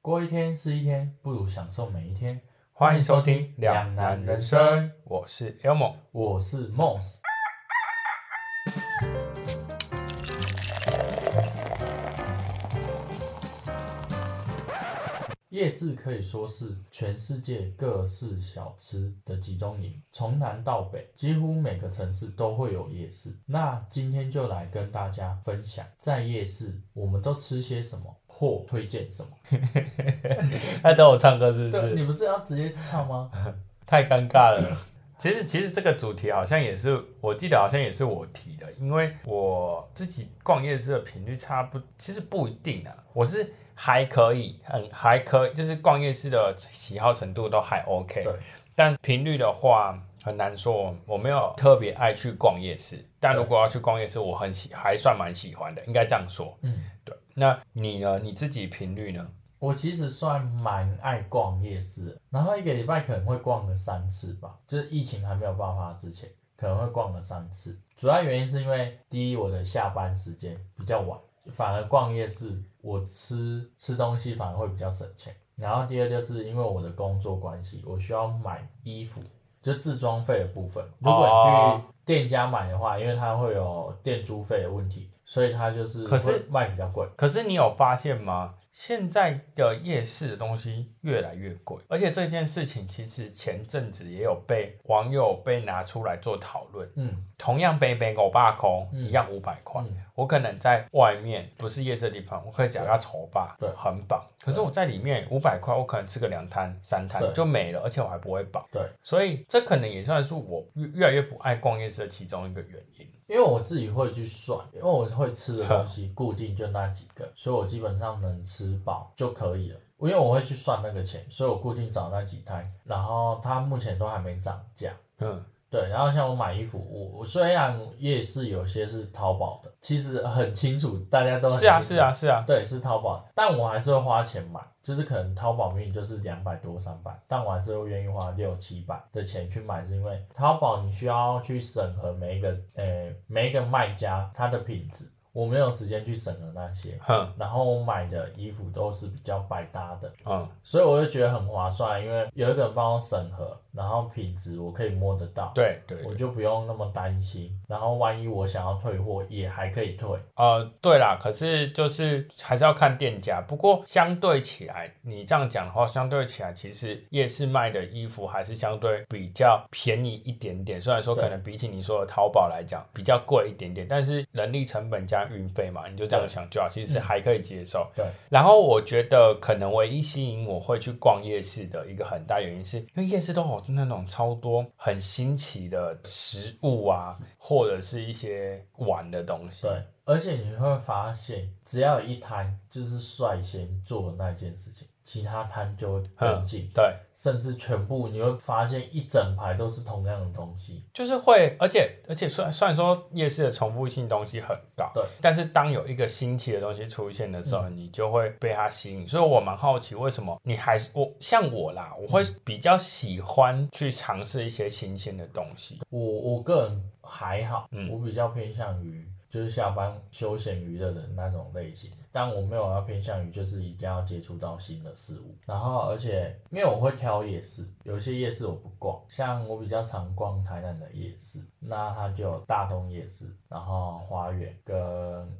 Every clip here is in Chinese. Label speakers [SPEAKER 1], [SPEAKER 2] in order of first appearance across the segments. [SPEAKER 1] 过一天是一天，不如享受每一天。
[SPEAKER 2] 欢迎收听《
[SPEAKER 1] 两
[SPEAKER 2] 两
[SPEAKER 1] 难
[SPEAKER 2] 难
[SPEAKER 1] 人
[SPEAKER 2] 人
[SPEAKER 1] 生
[SPEAKER 2] 生》，我是 Elmo。
[SPEAKER 1] 我是 Mons，夜市可以说是全世界各式小吃的集中营，从南到北，几乎每个城市都会有夜市。那今天就来跟大家分享，在夜市我们都吃些什么，或推荐什么。
[SPEAKER 2] 那哎等我唱歌是不
[SPEAKER 1] 对，你
[SPEAKER 2] 是？
[SPEAKER 1] 不是要直接唱吗？
[SPEAKER 2] 太尴尬了。 其实，其实这个主题好像也是，我记得好像也是我提的，因为我自己逛夜市的频率差不，其实不一定啊。我是还可以，很还可以，就是逛夜市的喜好程度都还 OK。
[SPEAKER 1] 对。
[SPEAKER 2] 但频率的话很难说，我没有特别爱去逛夜市。但如果要去逛夜市，我很喜，还算蛮喜欢的，应该这样说。
[SPEAKER 1] 嗯，
[SPEAKER 2] 对。那你呢？你自己频率呢？
[SPEAKER 1] 我其实算蛮爱逛夜市的，然后一个礼拜可能会逛个三次吧，就是疫情还没有爆发之前，可能会逛个三次。主要原因是因为第一，我的下班时间比较晚，反而逛夜市我吃吃东西反而会比较省钱。然后第二就是因为我的工作关系，我需要买衣服，就自装费的部分。如果你
[SPEAKER 2] 哦
[SPEAKER 1] 去店家买的话，因为它会有店租费的问题，所以它就是
[SPEAKER 2] 可是
[SPEAKER 1] 会卖比较贵。
[SPEAKER 2] 可是你有发现吗？现在的夜市的东西越来越贵，而且这件事情其实前阵子也有被网友被拿出来做讨论。
[SPEAKER 1] 嗯，
[SPEAKER 2] 同样杯杯狗爸空
[SPEAKER 1] 嗯
[SPEAKER 2] 一样五百块
[SPEAKER 1] 嗯，
[SPEAKER 2] 我可能在外面不是夜市的地方，我可以讲它丑霸，
[SPEAKER 1] 对
[SPEAKER 2] 很饱。可是我在里面五百块，我可能吃个两摊三摊
[SPEAKER 1] 对
[SPEAKER 2] 就没了，而且我还不会饱。
[SPEAKER 1] 对。
[SPEAKER 2] 所以这可能也算是我越越来越不爱逛夜市的其中一个原因。
[SPEAKER 1] 因为我自己会去算，因为我会吃的东西固定就那几个，所以我基本上能吃饱就可以了。因为我会去算那个钱，所以我固定找那几摊，然后它目前都还没涨价。
[SPEAKER 2] 嗯，
[SPEAKER 1] 对，然后像我买衣服，我我虽然夜市有些是淘宝的，其实很清楚，大家都很
[SPEAKER 2] 是啊，
[SPEAKER 1] 清楚
[SPEAKER 2] 是，啊，是啊。
[SPEAKER 1] 对，是淘宝，但我还是会花钱买，就是可能淘宝明明就是两百多、三百，但我还是会愿意花六七百的钱去买，是因为淘宝你需要去审核每一个，呃，每一个卖家他的品质，我没有时间去审核那些，
[SPEAKER 2] 哼，
[SPEAKER 1] 然后我买的衣服都是比较百搭的，
[SPEAKER 2] 嗯，
[SPEAKER 1] 所以我就觉得很划算，因为有一个人帮我审核，然后品质我可以摸得到。
[SPEAKER 2] 对对对
[SPEAKER 1] 我就不用那么担心，然后万一我想要退货也还可以退，
[SPEAKER 2] 呃，对啦，可是就是还是要看店家。不过相对起来，你这样讲的话，相对起来，其实夜市卖的衣服还是相对比较便宜一点点。虽然说
[SPEAKER 1] 对
[SPEAKER 2] 可能比起你说的淘宝来讲比较贵一点点，但是人力成本加运费嘛，你就这样
[SPEAKER 1] 对
[SPEAKER 2] 想就好，其实是
[SPEAKER 1] 嗯
[SPEAKER 2] 还可以接受。
[SPEAKER 1] 对，
[SPEAKER 2] 然后我觉得可能唯一吸引我会去逛夜市的一个很大原因是，因为夜市都有那种超多很新奇的食物啊，或者是一些玩的东西。
[SPEAKER 1] 对，而且你会发现，只要有一摊就是率先做的那件事情，其他摊就会跟进，
[SPEAKER 2] 对，
[SPEAKER 1] 甚至全部你会发现一整排都是同样的东西。
[SPEAKER 2] 就是会，而且而且虽然虽然说夜市的重复性东西很高，
[SPEAKER 1] 对，
[SPEAKER 2] 但是当有一个新奇的东西出现的时候，你就会被它吸引。所以我蛮好奇，为什么你还是我像我啦，我会比较喜欢去尝试一些新鲜的东西。
[SPEAKER 1] 我我个人还好，
[SPEAKER 2] 嗯
[SPEAKER 1] 我比较偏向于就是下班休闲娱乐的那种类型，但我没有要偏向于就是一定要接触到新的事物。然后，而且因为我会挑夜市，有些夜市我不逛，像我比较常逛台南的夜市，那它就有大东夜市，然后花园跟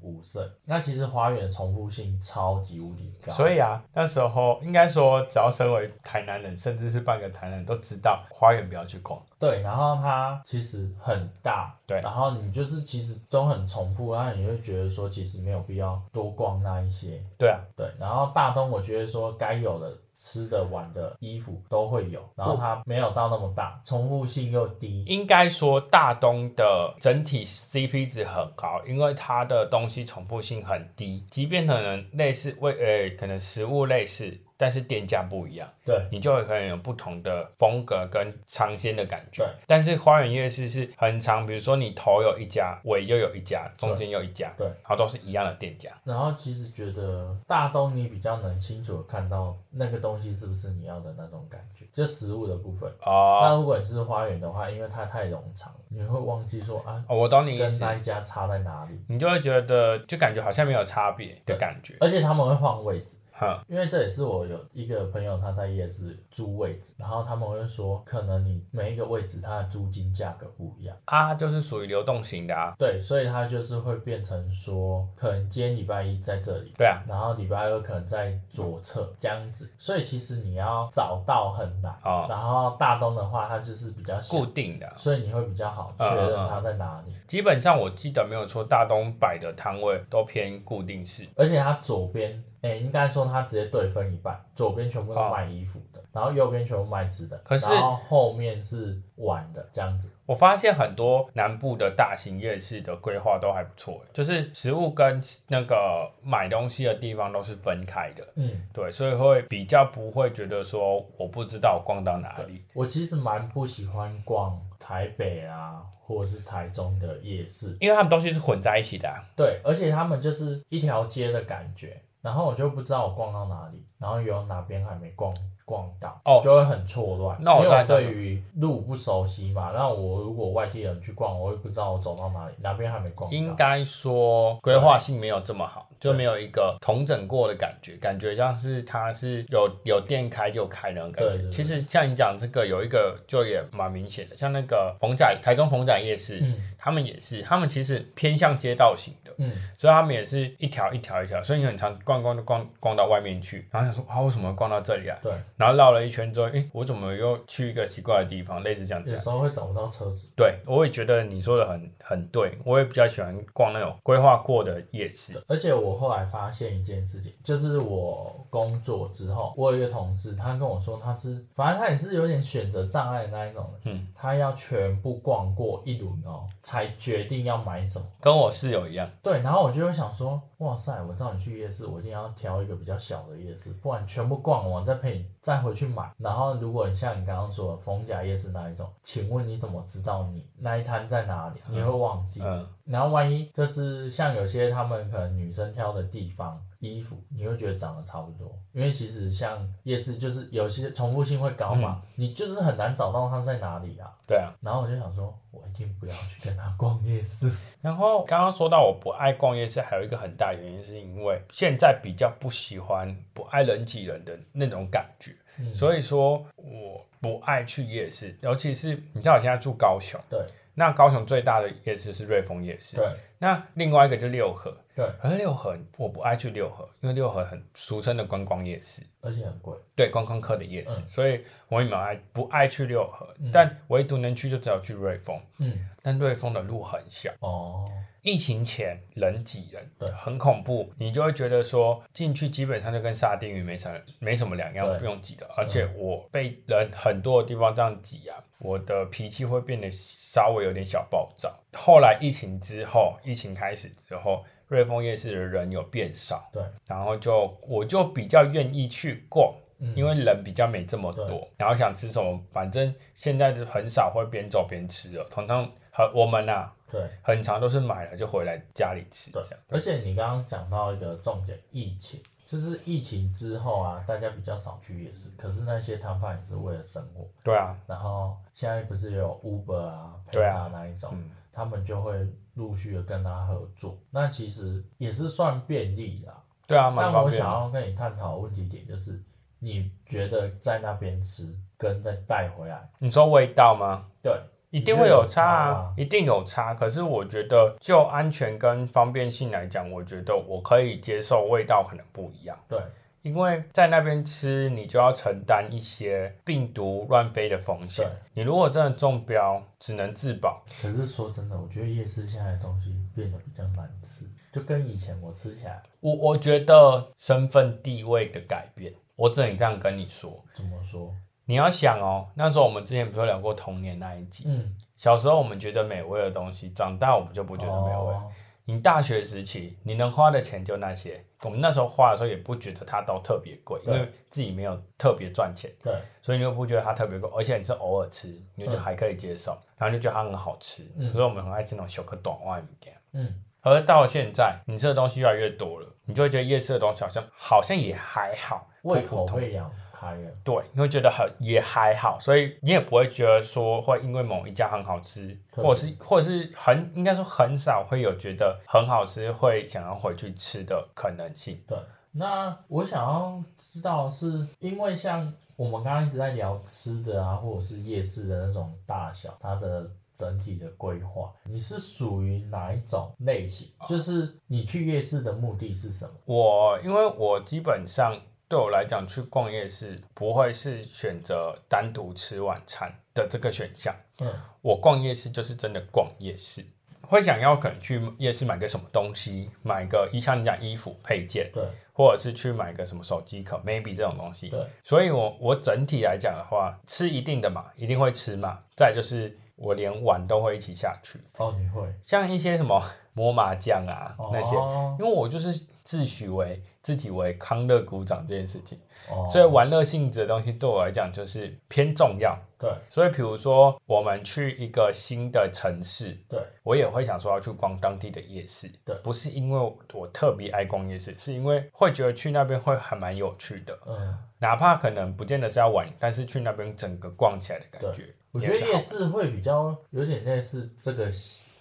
[SPEAKER 1] 武圣。那其实花园的重复性超级无敌高，
[SPEAKER 2] 所以啊，那时候应该说，只要身为台南人，甚至是半个台南人都知道，花园不要去逛。
[SPEAKER 1] 对，然后它其实很大，
[SPEAKER 2] 对
[SPEAKER 1] 然后你就是其实都很重复，然后你会觉得说其实没有必要多逛那一些，
[SPEAKER 2] 对啊，
[SPEAKER 1] 对，然后大东我觉得说该有的吃的、玩的、衣服都会有，然后它没有到那么大，重复性又低，
[SPEAKER 2] 应该说大东的整体 CP 值很高，因为它的东西重复性很低，即便可能类似味，呃，可能食物类似，但是店家不一样，
[SPEAKER 1] 对
[SPEAKER 2] 你就会可能有不同的风格跟尝鲜的感觉
[SPEAKER 1] 对。
[SPEAKER 2] 但是花园夜市是很长，比如说你头有一家，尾又有一家，中间又一家，
[SPEAKER 1] 对
[SPEAKER 2] 然后都是一样的店家。
[SPEAKER 1] 然后其实觉得大东你比较能清楚的看到那个东西是不是你要的那种感觉，就食物的部分。
[SPEAKER 2] 哦，
[SPEAKER 1] 那如果你是花园的话，因为它太冗长，你会忘记说啊，
[SPEAKER 2] 哦我懂你意
[SPEAKER 1] 跟
[SPEAKER 2] 思，
[SPEAKER 1] 那一家差在哪里。
[SPEAKER 2] 你就会觉得就感觉好像没有差别的感觉。
[SPEAKER 1] 而且他们会换位置，
[SPEAKER 2] 哈，
[SPEAKER 1] 因为这也是我有一个朋友，他在夜市租位置，然后他们会说，可能你每一个位置它的租金价格不一样，
[SPEAKER 2] 啊，就是属于流动型的啊，
[SPEAKER 1] 对，所以它就是会变成说，可能今天礼拜一在这里，
[SPEAKER 2] 对啊，
[SPEAKER 1] 然后礼拜二可能在左侧这样子，所以其实你要找到很难。
[SPEAKER 2] 哦，
[SPEAKER 1] 然后大东的话，它就是比较小
[SPEAKER 2] 固，定嗯的啊。
[SPEAKER 1] 所以你会比较好确认它在哪里，
[SPEAKER 2] 基本上我记得没有错，大东摆的摊位都偏固定式，
[SPEAKER 1] 而且它左边，哎、应该说它直接对分一半，左边全部都卖衣服的，然后右边全部卖吃的，
[SPEAKER 2] 可是
[SPEAKER 1] 然后后面是玩的这样子。
[SPEAKER 2] 我发现很多南部的大型夜市的规划都还不错，就是食物跟那个买东西的地方都是分开的，
[SPEAKER 1] 嗯，
[SPEAKER 2] 对，所以会比较不会觉得说我不知道我逛到哪里。
[SPEAKER 1] 我其实蛮不喜欢逛台北啊，或者是台中的夜市，
[SPEAKER 2] 因为他们东西是混在一起的、啊，
[SPEAKER 1] 对，而且他们就是一条街的感觉，然后我就不知道我逛到哪里，然后有哪边还没逛逛到，
[SPEAKER 2] 哦
[SPEAKER 1] 就会很错乱。
[SPEAKER 2] 那我
[SPEAKER 1] 因为我
[SPEAKER 2] 大概
[SPEAKER 1] 对于路不熟悉嘛，那我如果外地人去逛，我也不知道我走到哪里，哪边还没逛
[SPEAKER 2] 应
[SPEAKER 1] 到。
[SPEAKER 2] 该说规划性没有这么好，就没有一个统整过的感觉，感觉像是它是有有店开就开那种感
[SPEAKER 1] 对对
[SPEAKER 2] 觉。
[SPEAKER 1] 对
[SPEAKER 2] 其实像你讲这个有一个就也蛮明显的，像那个逢甲台中逢甲夜市，
[SPEAKER 1] 嗯
[SPEAKER 2] 他们也是，他们其实偏向街道型的。
[SPEAKER 1] 嗯，
[SPEAKER 2] 所以他们也是一条一条一条，所以你很常逛逛就逛逛到外面去，然后想说啊，为什么会逛到这里啊？
[SPEAKER 1] 对，
[SPEAKER 2] 然后绕了一圈之后，诶、我怎么又去一个奇怪的地方？类似这样子
[SPEAKER 1] 有。时候会找不到车子。
[SPEAKER 2] 对，我也觉得你说的很很对，我也比较喜欢逛那种规划过的夜市。
[SPEAKER 1] 而且我后来发现一件事情，就是我工作之后，我有一个同事，他跟我说他是，反正他也是有点选择障碍的那一种人，
[SPEAKER 2] 嗯，
[SPEAKER 1] 他要全部逛过一轮哦，才决定要买什么。
[SPEAKER 2] 跟我室友一样，
[SPEAKER 1] 对，然后我就会想说，哇塞，我知道你去夜市，我一定要挑一个比较小的夜市，不然全部逛完再陪你再回去买。然后如果像你刚刚说的逢甲夜市那一种，请问你怎么知道你那一摊在哪里？你会忘记。
[SPEAKER 2] 嗯，
[SPEAKER 1] 然后万一就是像有些他们可能女生挑的地方衣服，你会觉得长得差不多，因为其实像夜市就是有些重复性会高嘛，你就是很难找到它在哪里啊。
[SPEAKER 2] 对啊。
[SPEAKER 1] 然后我就想说，我一定不要去跟他逛夜市。
[SPEAKER 2] 然后刚刚说到我不爱逛夜市，还有一个很大原因是因为现在比较不喜欢不爱人挤人的那种感觉，
[SPEAKER 1] 嗯
[SPEAKER 2] 所以说我不爱去夜市，尤其是你知道我现在住高雄，
[SPEAKER 1] 对
[SPEAKER 2] 那高雄最大的夜市是瑞丰夜市，
[SPEAKER 1] 对
[SPEAKER 2] 那另外一个就六合，
[SPEAKER 1] 对，
[SPEAKER 2] 可是六合我不爱去六合，因为六合很俗称的观光夜市。
[SPEAKER 1] 而且很贵。
[SPEAKER 2] 对观光客的夜市，
[SPEAKER 1] 嗯
[SPEAKER 2] 所以我也蛮爱不爱去六合，
[SPEAKER 1] 嗯
[SPEAKER 2] 但唯独能去就只有去瑞丰，
[SPEAKER 1] 嗯，
[SPEAKER 2] 但瑞丰的路很小，
[SPEAKER 1] 哦，
[SPEAKER 2] 疫情前人挤人，
[SPEAKER 1] 对
[SPEAKER 2] 很恐怖，你就会觉得说进去基本上就跟沙丁鱼没啥没什么两样
[SPEAKER 1] 对，
[SPEAKER 2] 不用挤的。而且我被人很多的地方这样挤啊，我的脾气会变得稍微有点小暴躁。后来疫情之后，疫情开始之后，瑞丰夜市的人有变少，
[SPEAKER 1] 对，
[SPEAKER 2] 然后就我就比较愿意去逛。
[SPEAKER 1] 嗯
[SPEAKER 2] 因为人比较没这么多
[SPEAKER 1] 对，
[SPEAKER 2] 然后想吃什么，反正现在就很少会边走边吃了。通常和我们啊，
[SPEAKER 1] 对
[SPEAKER 2] 很长都是买了就回来家里吃这
[SPEAKER 1] 对
[SPEAKER 2] 样。，
[SPEAKER 1] 而且你刚刚讲到一个重点，疫情，就是疫情之后啊，大家比较少去夜市，可是那些摊贩也是为了生活。
[SPEAKER 2] 对啊，
[SPEAKER 1] 然后现在不是有 Uber 啊、
[SPEAKER 2] 对啊
[SPEAKER 1] Panda 那一种，
[SPEAKER 2] 嗯
[SPEAKER 1] 他们就会陆续的跟他合作，那其实也是算便利啦。
[SPEAKER 2] 对啊，蛮
[SPEAKER 1] 但
[SPEAKER 2] 方
[SPEAKER 1] 我
[SPEAKER 2] 便
[SPEAKER 1] 想
[SPEAKER 2] 的。
[SPEAKER 1] 要跟你探讨的问题点就是，你觉得在那边吃跟再带回来，
[SPEAKER 2] 你说味道吗？
[SPEAKER 1] 对，
[SPEAKER 2] 一定会有
[SPEAKER 1] 你觉得有
[SPEAKER 2] 差
[SPEAKER 1] 差
[SPEAKER 2] 啊
[SPEAKER 1] 吗，
[SPEAKER 2] 一定有差。可是我觉得就安全跟方便性来讲，我觉得我可以接受味道可能不一样，
[SPEAKER 1] 对，
[SPEAKER 2] 因为在那边吃你就要承担一些病毒乱飞的风险
[SPEAKER 1] 对。
[SPEAKER 2] 你如果真的中标，只能自保。
[SPEAKER 1] 可是说真的，我觉得夜市现在的东西变得比较难吃，就跟以前我吃起来
[SPEAKER 2] 我我觉得身份地位的改变，我只能这样跟你说。
[SPEAKER 1] 怎么说？
[SPEAKER 2] 你要想哦，那时候我们之前不是有聊过童年那一集，
[SPEAKER 1] 嗯，
[SPEAKER 2] 小时候我们觉得美味的东西，长大我们就不
[SPEAKER 1] 我
[SPEAKER 2] 觉得欸美味。
[SPEAKER 1] 哦
[SPEAKER 2] 你大学时期你能花的钱就那些，我们那时候花的时候也不觉得它都特别贵，因
[SPEAKER 1] 对
[SPEAKER 2] 为自己没有特别赚钱，
[SPEAKER 1] 对，
[SPEAKER 2] 所以你又不觉得它特别贵，而且你是偶尔吃，你就觉得还可以接受，然后就觉得它很好吃，
[SPEAKER 1] 嗯
[SPEAKER 2] 所以我们很爱吃那种小个短袜米给。
[SPEAKER 1] 嗯，
[SPEAKER 2] 而到现在，你吃的东西越来越多了，你就会觉得夜市的东西好像好像也还好，
[SPEAKER 1] 胃
[SPEAKER 2] 普普
[SPEAKER 1] 口
[SPEAKER 2] 通
[SPEAKER 1] 被养开了，
[SPEAKER 2] 对，你会觉得很也还好，所以你也不会觉得说会因为某一家很好吃，
[SPEAKER 1] 特别
[SPEAKER 2] 或者是或者是很应该说很少会有觉得很好吃会想要回去吃的可能性。
[SPEAKER 1] 对，那我想要知道的是，因为像我们刚刚一直在聊吃的啊，或者是夜市的那种大小，它的整体的规划，你是属于哪一种类型？
[SPEAKER 2] 哦
[SPEAKER 1] 就是你去夜市的目的是什么？
[SPEAKER 2] 我因为我基本上对我来讲，去逛夜市不会是选择单独吃晚餐的这个选项。
[SPEAKER 1] 嗯，
[SPEAKER 2] 我逛夜市就是真的逛夜市，会想要可能去夜市买个什么东西，买个衣像你讲衣服配件，
[SPEAKER 1] 对
[SPEAKER 2] 或者是去买个什么手机壳，maybe 这种东西。
[SPEAKER 1] 对，
[SPEAKER 2] 所以我我整体来讲的话，吃一定的嘛，一定会吃嘛。再就是我连碗都会一起下去，
[SPEAKER 1] 哦，你会
[SPEAKER 2] 像一些什么 摸麻将啊、那些，
[SPEAKER 1] 哦
[SPEAKER 2] 因为我就是自诩为自己为康乐股长这件事情，
[SPEAKER 1] 哦，
[SPEAKER 2] 所以玩乐性质的东西对我来讲就是偏重要。
[SPEAKER 1] 对
[SPEAKER 2] 所以比如说我们去一个新的城市，
[SPEAKER 1] 对
[SPEAKER 2] 我也会想说要去逛当地的夜市。
[SPEAKER 1] 对
[SPEAKER 2] 不是因为我特别爱逛夜市，是因为会觉得去那边会还蛮有趣的，
[SPEAKER 1] 嗯。
[SPEAKER 2] 哪怕可能不见得是要玩，但是去那边整个逛起来的感觉。
[SPEAKER 1] 我觉
[SPEAKER 2] 也
[SPEAKER 1] 得
[SPEAKER 2] 是好
[SPEAKER 1] 夜市会比较有点类似这个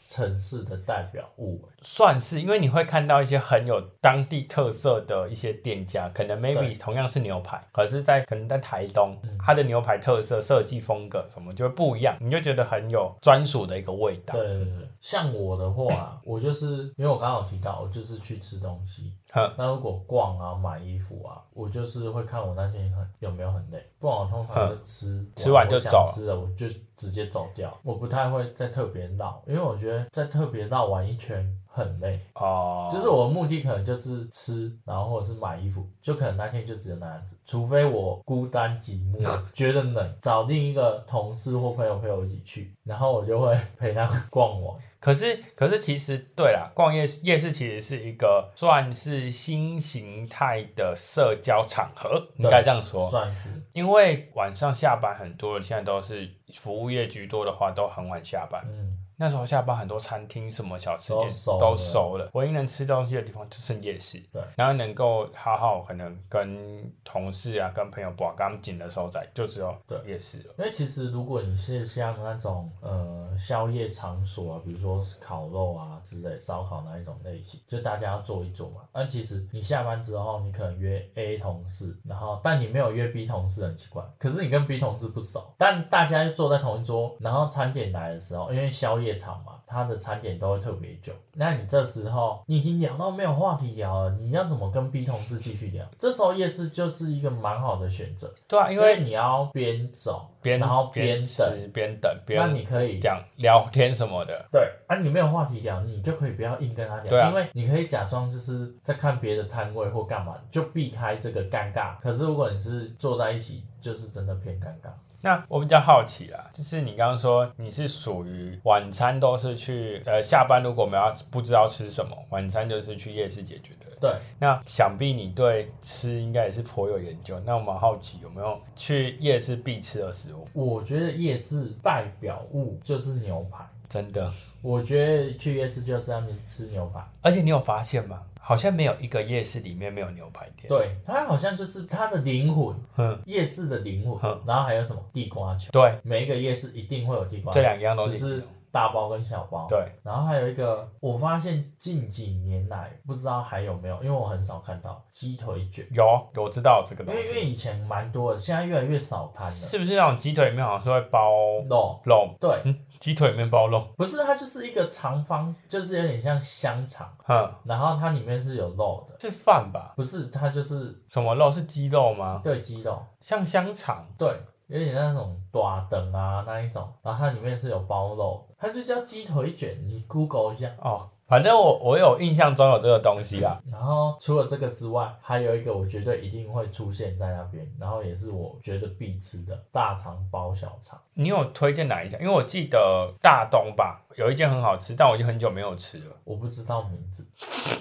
[SPEAKER 1] 城市的代表物，
[SPEAKER 2] 算是，因为你会看到一些很有当地特色的一些店家，可能 maybe 同样是牛排，可是在可能在台东，
[SPEAKER 1] 嗯
[SPEAKER 2] 它的牛排特色、设计风格什么就会不一样，你就觉得很有专属的一个味道。
[SPEAKER 1] 对对对，对像我的话啊、 我就是因为我刚刚有提到，我就是去吃东西
[SPEAKER 2] 哼。
[SPEAKER 1] 那如果逛啊、买衣服啊，我就是会看我那天很有没有很累，不然我通常就吃
[SPEAKER 2] 吃完就
[SPEAKER 1] 我想
[SPEAKER 2] 走
[SPEAKER 1] 吃了我就直接走掉，我不太会再特别绕，因为我觉得再特别绕玩一圈很累。
[SPEAKER 2] 哦，
[SPEAKER 1] 就是我的目的可能就是吃，然后或者是买衣服，就可能那天就只有那样子，除非我孤单寂寞 觉得冷，找另一个同事或朋友陪我一起去，然后我就会 陪他逛完。
[SPEAKER 2] 可是，可是其实对啦，逛夜市夜市其实是一个算是新形态的社交场合，应该这样说。
[SPEAKER 1] 算是
[SPEAKER 2] 因为晚上下班很多人现在都是服务业居多的话，都很晚下班。
[SPEAKER 1] 嗯，
[SPEAKER 2] 那时候下班很多餐厅什么小吃店
[SPEAKER 1] 都熟了
[SPEAKER 2] 都熟了，唯一能吃东西的地方就是夜市。
[SPEAKER 1] 对，
[SPEAKER 2] 然后能够好好可能跟同事啊、跟朋友把刚紧的时候在，就只有
[SPEAKER 1] 对
[SPEAKER 2] 夜市了。
[SPEAKER 1] 因为其实如果你是像那种呃宵夜场所啊，比如说是烤肉啊之类、烧烤那一种类型，就大家要坐一坐嘛。但其实你下班之后，你可能约 A 同事，然后但你没有约 B 同事，很奇怪。可是你跟 B 同事不熟，但大家就坐在同一桌，然后餐点来的时候，因为宵夜场嘛，它的餐点都会特别久。那你这时候你已经聊到没有话题聊了，你要怎么跟 B 同事继续聊？这时候夜市就是一个蛮好的选择。
[SPEAKER 2] 对啊，
[SPEAKER 1] 因
[SPEAKER 2] 因为
[SPEAKER 1] 为你要边走
[SPEAKER 2] 边
[SPEAKER 1] 然后
[SPEAKER 2] 边
[SPEAKER 1] 边等，
[SPEAKER 2] 吃边等
[SPEAKER 1] 那
[SPEAKER 2] 边
[SPEAKER 1] 你可以
[SPEAKER 2] 讲聊天什么的。
[SPEAKER 1] 对啊，你没有话题聊，你就可以不要硬跟他聊，
[SPEAKER 2] 对啊
[SPEAKER 1] 因为你可以假装就是在看别的摊位或干嘛，就避开这个尴尬。可是如果你是坐在一起，就是真的偏尴尬。
[SPEAKER 2] 那我比较好奇啦，就是你刚刚说你是属于晚餐都是去呃下班如果我们要不知道吃什么，晚餐就是去夜市解决的。
[SPEAKER 1] 对，
[SPEAKER 2] 那想必你对吃应该也是颇有研究，那我蛮好奇有没有去夜市必吃的食物？
[SPEAKER 1] 我觉得夜市代表物就是牛排，
[SPEAKER 2] 真的，
[SPEAKER 1] 我觉得去夜市就是他们吃牛排。
[SPEAKER 2] 而且你有发现吗？好像没有一个夜市里面没有牛排店。
[SPEAKER 1] 对，它好像就是它的灵魂，
[SPEAKER 2] 嗯，
[SPEAKER 1] 夜市的灵魂
[SPEAKER 2] 嗯。
[SPEAKER 1] 然后还有什么地瓜球，
[SPEAKER 2] 对，
[SPEAKER 1] 每一个夜市一定会有地瓜
[SPEAKER 2] 这
[SPEAKER 1] 球，
[SPEAKER 2] 两样东
[SPEAKER 1] 只
[SPEAKER 2] 西没有。
[SPEAKER 1] 是大包跟小包。
[SPEAKER 2] 对，
[SPEAKER 1] 然后还有一个，我发现近几年来不知道还有没有，因为我很少看到鸡腿卷，
[SPEAKER 2] 有我知道这个
[SPEAKER 1] 因
[SPEAKER 2] 东
[SPEAKER 1] 为因为
[SPEAKER 2] 西，
[SPEAKER 1] 以前蛮多的，现在越来越少摊了。
[SPEAKER 2] 是不是那种鸡腿里面好像是会包
[SPEAKER 1] 肉，
[SPEAKER 2] 肉？
[SPEAKER 1] 对，
[SPEAKER 2] 嗯，鸡腿里面包肉，
[SPEAKER 1] 不是它就是一个长方，就是有点像香肠，
[SPEAKER 2] 哼，
[SPEAKER 1] 然后它里面是有肉的，
[SPEAKER 2] 是饭吧？
[SPEAKER 1] 不是它就是
[SPEAKER 2] 什么肉是鸡肉吗？
[SPEAKER 1] 对鸡肉，
[SPEAKER 2] 像香肠，
[SPEAKER 1] 对，有点像那种短等啊那一种，然后它里面是有包肉的，它就叫鸡腿卷，你 Google 一下。
[SPEAKER 2] 哦，反正我我有印象中有这个东西啊啦。
[SPEAKER 1] 然后除了这个之外，还有一个我绝对一定会出现在那边，然后也是我觉得必吃的大肠包小肠。
[SPEAKER 2] 你有推荐哪一家？因为我记得大东吧，有一间很好吃，但我已经很久没有吃了。
[SPEAKER 1] 我不知道名字，